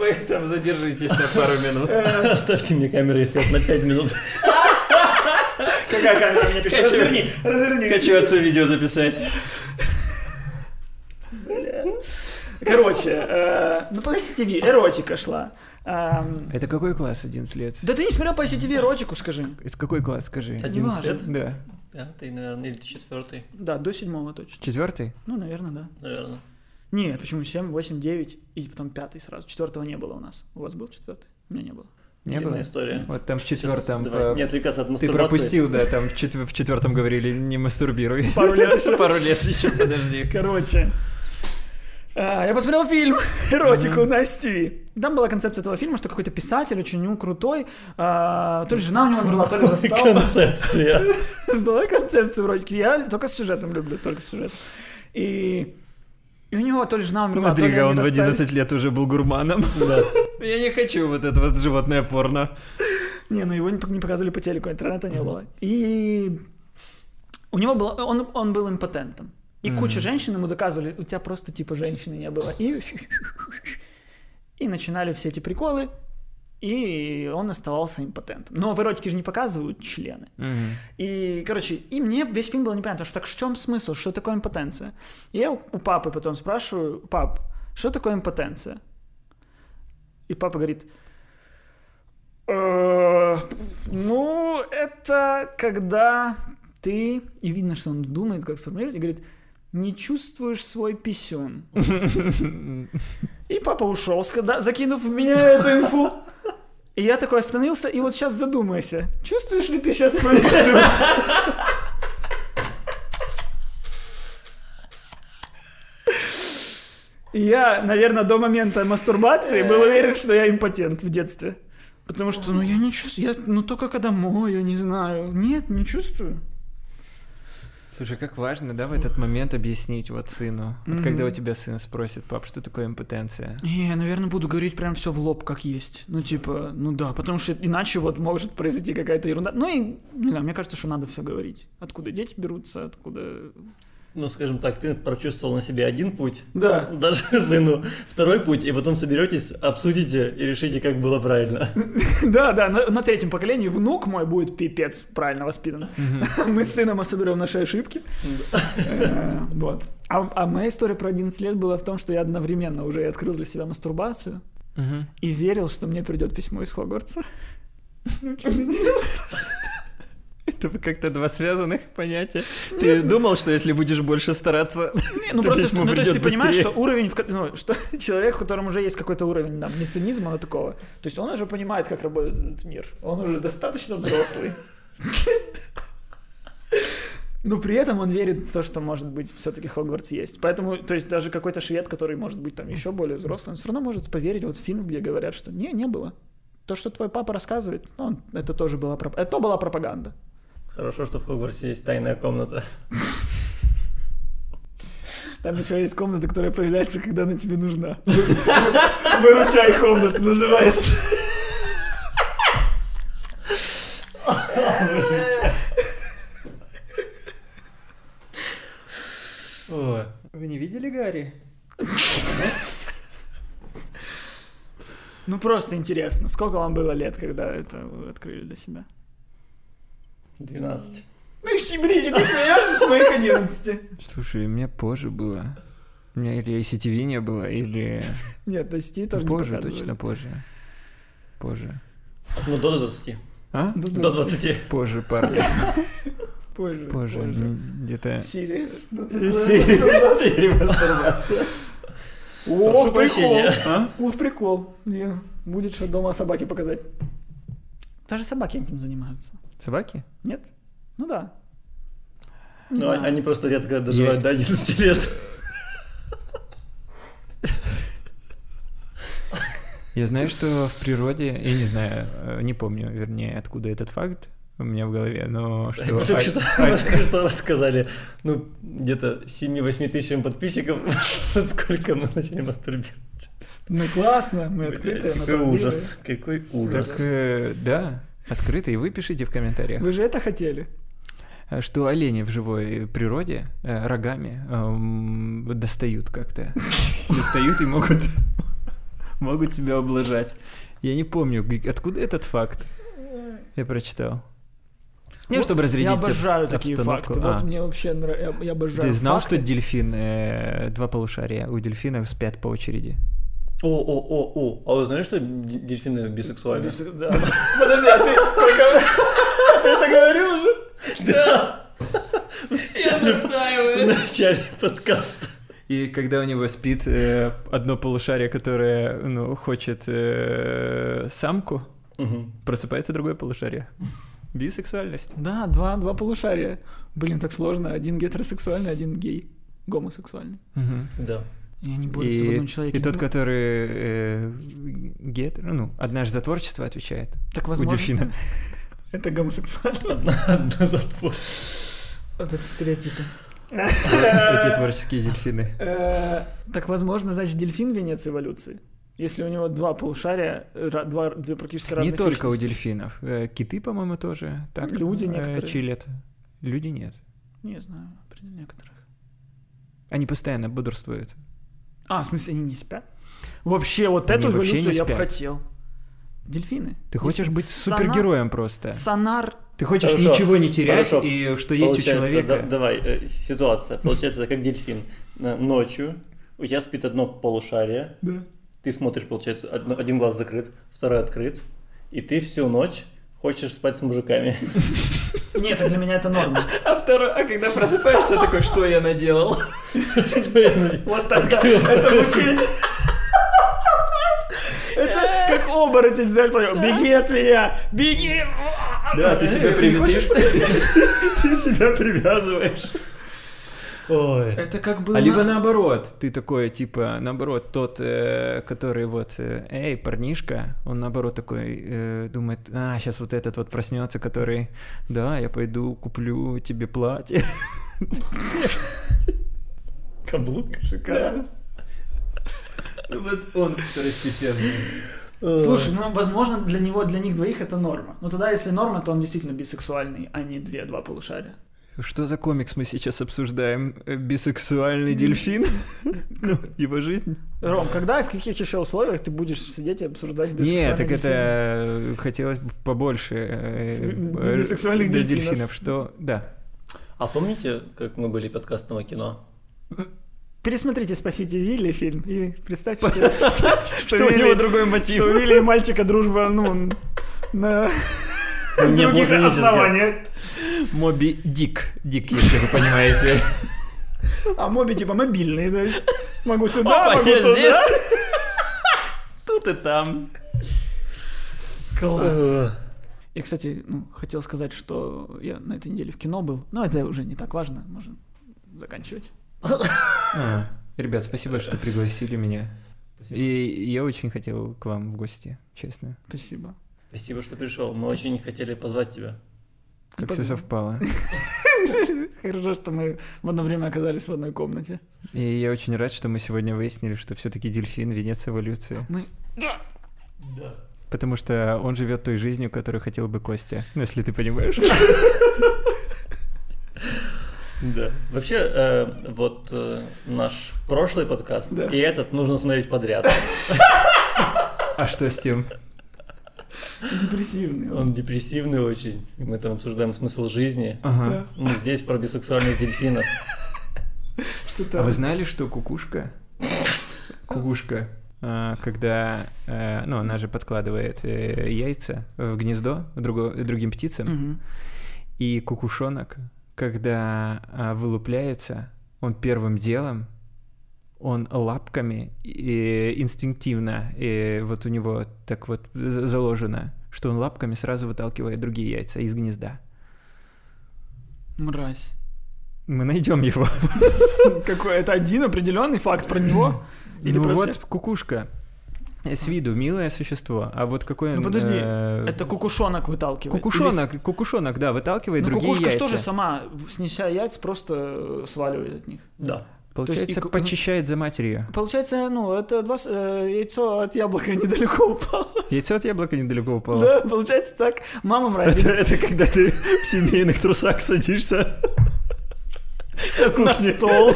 S1: Вы там задержитесь на пару минут.
S3: Оставьте мне камеру, если это на 5 минут.
S2: Какая камера меня пишет? Разверни, разверни.
S3: отцу видео записать.
S2: Короче, э, ну по ICTV эротика шла. Эм,
S1: Это какой класс 11 лет?
S2: Да ты не смотрел по ICTV эротику, скажи.
S1: Из какой класс, скажи?
S3: Один
S2: важно.
S3: лет.
S1: Да.
S3: пятый, наверное, или ты четвертый,
S2: Да, до седьмого точно.
S1: Четвертый?
S2: Ну, наверное, да.
S3: наверное.
S2: Нет, почему 7, 8, 9 и потом пятый сразу. Четвертого не было у нас. У вас был четвертый? У меня не было.
S1: Не было?
S3: Длинная история.
S1: Вот там в
S3: Сейчас
S1: четвертом.
S3: давай
S1: э,
S3: Не отвлекаться от
S1: Ты
S3: мастурбации.
S1: пропустил, да, там в чет- в четвертом говорили, не мастурбируй.
S2: Пару лет ещё.
S1: Пару лет еще, подожди.
S2: Короче. А, Я посмотрел фильм [laughs] «Эротику» на STV. Там была концепция этого фильма, что какой-то писатель очень ну, крутой, а, то ли жена у него умерла, то ли расстался.
S3: [laughs] Концепция.
S2: [laughs] Была концепция вроде. Я только с сюжетом люблю, только с сюжетом. И, и у него то ли жена умерла, то ли
S1: Смотри, а
S2: они
S1: он в
S2: расстались.
S1: 11 лет уже был гурманом. [laughs] Я не хочу вот это вот животное порно.
S2: Не, ну его не пок- не показывали по телеку, интернета не было. И у него было, он, он был импотентом. И куча женщин ему доказывали, у тебя просто типа женщины не было. И, и начинали все эти приколы, и он оставался импотентом. Но в эротике же не показывают члены. И, короче, и мне весь фильм было непонятно, что так в чем смысл, что такое импотенция. И я у, у папы потом спрашиваю, пап, что такое импотенция? И папа говорит, «Э, ну, это когда ты, и видно, что он думает, как сформулировать, и говорит, не чувствуешь свой писюн. И папа ушел, скада- закинув в меня эту инфу. И я такой остановился, и вот сейчас задумайся, чувствуешь ли ты сейчас свой писюн? Я, наверное, до момента мастурбации был уверен, что я импотент в детстве. Э. Потому что, ну, я не чувствую, я, ну, только когда мою, не знаю. Нет, не чувствую.
S1: Слушай, как важно, да, в этот момент объяснить вот сыну. Вот когда у тебя сын спросит, пап, что такое импотенция?
S2: Не, я, наверное, буду говорить прям все в лоб, как есть. Ну, типа, ну да, потому что иначе вот может произойти какая-то ерунда. Ну и, не знаю, мне кажется, что надо все говорить. Откуда дети берутся, откуда...
S3: Ну, скажем так, ты прочувствовал на себе один путь,
S2: Да.
S3: даже [laughs] сыну второй путь, и потом соберетесь, обсудите и решите, как было правильно. [laughs]
S2: [laughs] Да, да, на, на третьем поколении внук мой будет пипец правильно воспитан. [laughs] Мы с сыном соберем наши ошибки. Э, Вот. А а моя история про 11 лет была в том, что я одновременно уже и открыл для себя мастурбацию
S1: Мгм.
S2: и верил, что мне придет письмо из Хогвартса.
S1: Это бы как-то два связанных понятия. Ты думал, что если будешь больше стараться...
S2: Не, Ну
S1: То
S2: просто,
S1: письмо
S2: ну то есть ты
S1: придет
S2: понимаешь,
S1: быстрее.
S2: что уровень, в ко- ну что [laughs] человек, у котором уже есть какой-то уровень, там, не цинизма, но такого, то есть он уже понимает, как работает этот мир, он уже достаточно взрослый. Но при этом он верит в то, что, может быть, все-таки Хогвартс есть. Поэтому, то есть даже какой-то швед, который может быть там еще более взрослый, он все равно может поверить вот в фильм, где говорят, что не, не было. То, что твой папа рассказывает, ну, он- это тоже была, проп- это была пропаганда.
S3: Хорошо, что в Хогвартсе есть тайная комната.
S2: Там еще есть комната, которая появляется, когда она тебе нужна. Выручай комната называется.
S1: Вы не видели Гарри?
S2: Ну просто интересно, сколько вам было лет, когда это вы открыли для себя?
S3: 12.
S2: Ну блин, ты смеешься с моих 11.
S1: Слушай, у меня позже было. У меня или ICTV не было, или...
S2: Нет, то есть тебе [laughs] тоже не
S1: позже,
S2: показывали.
S1: точно позже. Позже.
S3: Ну, до 20.
S1: А?
S2: До
S3: До
S2: 20.
S1: [laughs]
S3: 20.
S1: Позже,
S2: [laughs]
S1: парни.
S2: Ну, Позже.
S1: Позже. М, Где-то...
S2: Сири. что ты- [laughs]
S3: Серия мастурбация.
S2: Ох, прикол.
S3: прощения.
S1: А?
S2: Ух, прикол. Не, Будет что дома собаке показать. Даже собаки этим занимаются.
S1: Собаки?
S2: Нет? Ну да. Не
S3: Ну,
S2: знаю.
S3: они просто редко доживают
S1: Я-
S3: до 11 лет.
S1: Я знаю, что в природе, я не знаю, э, не помню, вернее, откуда этот факт у меня в голове,
S2: [laughs]
S1: но что...
S3: Мы только что,
S1: а-
S3: мы
S1: а-
S3: только что рассказали, ну, где-то 7-8 тысячам подписчиков, [laughs] сколько мы начали мастурбировать.
S2: Ну классно, мы
S3: Блядь,
S2: открыты.
S3: Какой ужас, какой ужас.
S1: Так, э, да, открыто, и вы пишите в комментариях,
S2: Вы же это хотели?
S1: э, что олени в живой природе э, рогами эм, достают как-то. [laughs] Достают и могут, [laughs] могут тебя облажать. Я не помню, г- откуда этот факт я прочитал. Ну,
S2: Вот
S1: чтобы разрядить
S2: Я обожаю
S1: обс-
S2: такие
S1: обстановку.
S2: факты. Вот
S1: А.
S2: мне вообще нравится. Я, я обожаю
S1: Ты знал,
S2: факты.
S1: что дельфин, э, два полушария, у дельфина спят по очереди?
S3: О, о, о, о. А вы знаете, что д- дельфины
S2: [laughs]
S3: бисексуальны? [laughs]
S2: Без- да. Подожди, а ты только- ты это говорил уже?
S3: Да! э. начале подкаста.
S1: И когда у него спит э, одно полушарие, которое ну, хочет э, самку,
S3: Мгм.
S1: просыпается другое [laughs] полушарие. Бисексуальность.
S2: Да, два, два полушария. Блин, так сложно. Один гетеросексуальный, один гей. Гомосексуальный.
S3: Да.
S2: И они борются в
S1: И,
S2: одном человеке.
S1: и тот,
S2: Ну,
S1: который э, гет- ну, однажды за творчество
S3: [laughs]
S1: отвечает.
S2: так
S1: У
S2: возможно.
S1: дельфина.
S2: [laughs] Это гомосексуально.
S3: Одна затвор.
S2: Вот это стереотипы.
S1: Эти творческие дельфины.
S2: Э, Так возможно, значит, дельфин венец эволюции. Если у него два полушария, ра- два, две практически разных
S1: Не только у
S2: личности.
S1: дельфинов. Э, Киты, по-моему, тоже. Так,
S2: Люди
S1: э,
S2: некоторые.
S1: Чилят. Люди нет.
S2: Не знаю, при некоторых.
S1: Они постоянно бодрствуют.
S2: А, в смысле, они не спят? Вообще, вот
S1: Они
S2: эту
S1: вообще
S2: эволюцию
S1: не
S2: я бы
S1: спят.
S2: хотел. Дельфины.
S1: Ты хочешь быть супергероем просто.
S2: Сонар.
S1: Ты хочешь
S3: Хорошо,
S1: ничего не терять,
S3: хорошо.
S1: и что есть у
S3: Получается, да-
S1: человека.
S3: давай, э, с- ситуация. Получается, это как дельфин. На- Ночью у тебя спит одно полушарие. Ты смотришь, получается, одно- один глаз закрыт, второй открыт. И ты всю ночь хочешь спать с мужиками.
S2: Нет, для меня это
S1: [laughs]
S2: норма.
S1: А второй, а когда просыпаешься, такой, что я наделал?
S2: Вот тогда это мучение. Это как оборотень, знаешь, понял? беги от меня, беги!
S1: Да, ты себя привяжешь.
S3: Ты себя привязываешь. Ой.
S2: Это как
S1: А
S2: было...
S1: либо наоборот, ты такой, типа, наоборот, тот, э, который вот, э, эй, парнишка, он наоборот такой э, думает, а, сейчас вот этот вот проснется, который, да, я пойду куплю тебе платье. [laughs]
S3: Каблук.
S2: Шикарно.
S1: Вот он второстепенный. Э,
S2: Слушай, ну, возможно, для него, для них двоих это норма. Но тогда, если норма, то он действительно бисексуальный, а не две, два полушария.
S1: Что за комикс мы сейчас обсуждаем? Э, Бисексуальный
S2: [laughs]
S1: дельфин? Ну, Его жизнь?
S2: Ром, когда и в каких еще условиях ты будешь сидеть и обсуждать бисексуальных
S1: Нет, так это
S2: дельфинов?
S1: э, хотелось бы побольше э,
S2: С- б-
S1: э,
S2: бисексуальных
S1: для
S2: дельфинов.
S1: дельфинов. Что, да.
S3: А помните, как мы были подкастом о кино?
S2: Пересмотрите «Спасите Вилли» фильм и
S1: [laughs]
S2: представьте, себе, что
S1: у него
S2: другой мотив. Что у Вилли и мальчика дружба, ну, на
S1: Ну,
S2: других основаниях.
S1: Моби Дик. Дик, если вы понимаете.
S2: А моби типа мобильный, то есть могу сюда, могу
S3: я
S2: туда.
S3: здесь. Тут и там.
S2: Класс. Я, кстати, ну, хотел сказать, что я на этой неделе в кино был, но это уже не так важно, можно заканчивать.
S1: А, Ребят, спасибо, что пригласили меня. И я очень хотел к вам в гости, честно.
S2: Спасибо.
S3: Спасибо, что пришел. Мы очень хотели позвать тебя.
S1: Как
S2: Ну,
S1: все
S2: пог-
S1: совпало.
S2: Хорошо, что мы в одно время оказались в одной комнате.
S1: И я очень рад, что мы сегодня выяснили, что все-таки дельфин венец эволюции.
S2: Мы-
S1: Потому что он живет той жизнью, которую хотел бы Костя. Ну, если ты понимаешь.
S3: Да. Вообще, э, вот э, наш прошлый подкаст
S2: Да.
S3: и этот нужно смотреть подряд.
S1: А что с тем?
S2: Депрессивные.
S3: Он депрессивный очень. И Мы там обсуждаем смысл жизни.
S1: Ага.
S3: Ну, здесь про бисексуальных дельфинов.
S1: А
S2: Что-то...
S1: вы знали, что кукушка? Кукушка, а, когда, э, ну, она же подкладывает э, яйца в гнездо друго- другим птицам,
S2: Мгм.
S1: и кукушонок, когда а, вылупляется, он первым делом, он лапками э, инстинктивно, э, вот у него так вот за- заложено, что он лапками сразу выталкивает другие яйца из гнезда. [laughs]
S2: Мразь.
S1: Мы найдем его.
S2: Какой? Это один определенный факт про
S1: [laughs]
S2: него? [laughs] Или
S1: ну
S2: про
S1: вот
S2: всех?
S1: кукушка. Э, С виду милое существо, а вот какой
S2: Ну
S1: он,
S2: подожди,
S1: э,
S2: это кукушонок выталкивает.
S1: Кукушонок,
S2: Или с-
S1: кукушонок, да, выталкивает
S2: Ну,
S1: другие
S2: кукушка
S1: яйца.
S2: что же сама, в- снеся яйц, просто э, сваливает от них.
S3: Да.
S2: То есть
S1: Получается,
S2: и ку- ну
S1: почищает за матерью.
S2: [laughs] Получается, ну, это два... с- э, яйцо от яблока [laughs] недалеко упало.
S1: Яйцо от яблока недалеко упало. [laughs]
S2: Да, получается так. Мама мразь.
S3: когда ты в семейных трусах садишься
S2: На стол.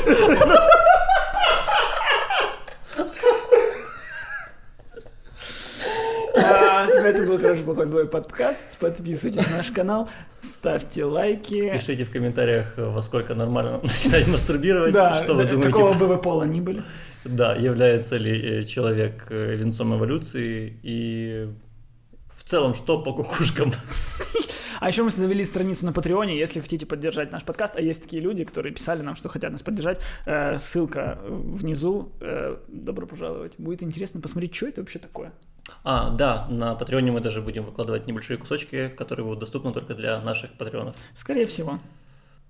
S2: А, Это был хороший, плохой, злой подкаст. Подписывайтесь на наш канал, ставьте лайки.
S3: Пишите в комментариях, э, во сколько нормально [laughs] начинать мастурбировать,
S2: Да,
S3: что вы
S2: да,
S3: думаете,
S2: какого бы вы пола ни были.
S3: да, является ли э, человек э, венцом эволюции и в целом что по кукушкам.
S2: А еще мы завели страницу на Патреоне, если хотите поддержать наш подкаст. А есть такие люди, которые писали нам, что хотят нас поддержать. Э, ссылка внизу. Э, добро пожаловать. Будет интересно посмотреть, что это вообще такое.
S3: [laughs] А, да, на Патреоне мы даже будем выкладывать небольшие кусочки, которые будут доступны только для наших патреонов.
S2: Скорее всего.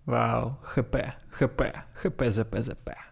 S1: Вау, ХП, ХП, ХП, ЗП, ЗП.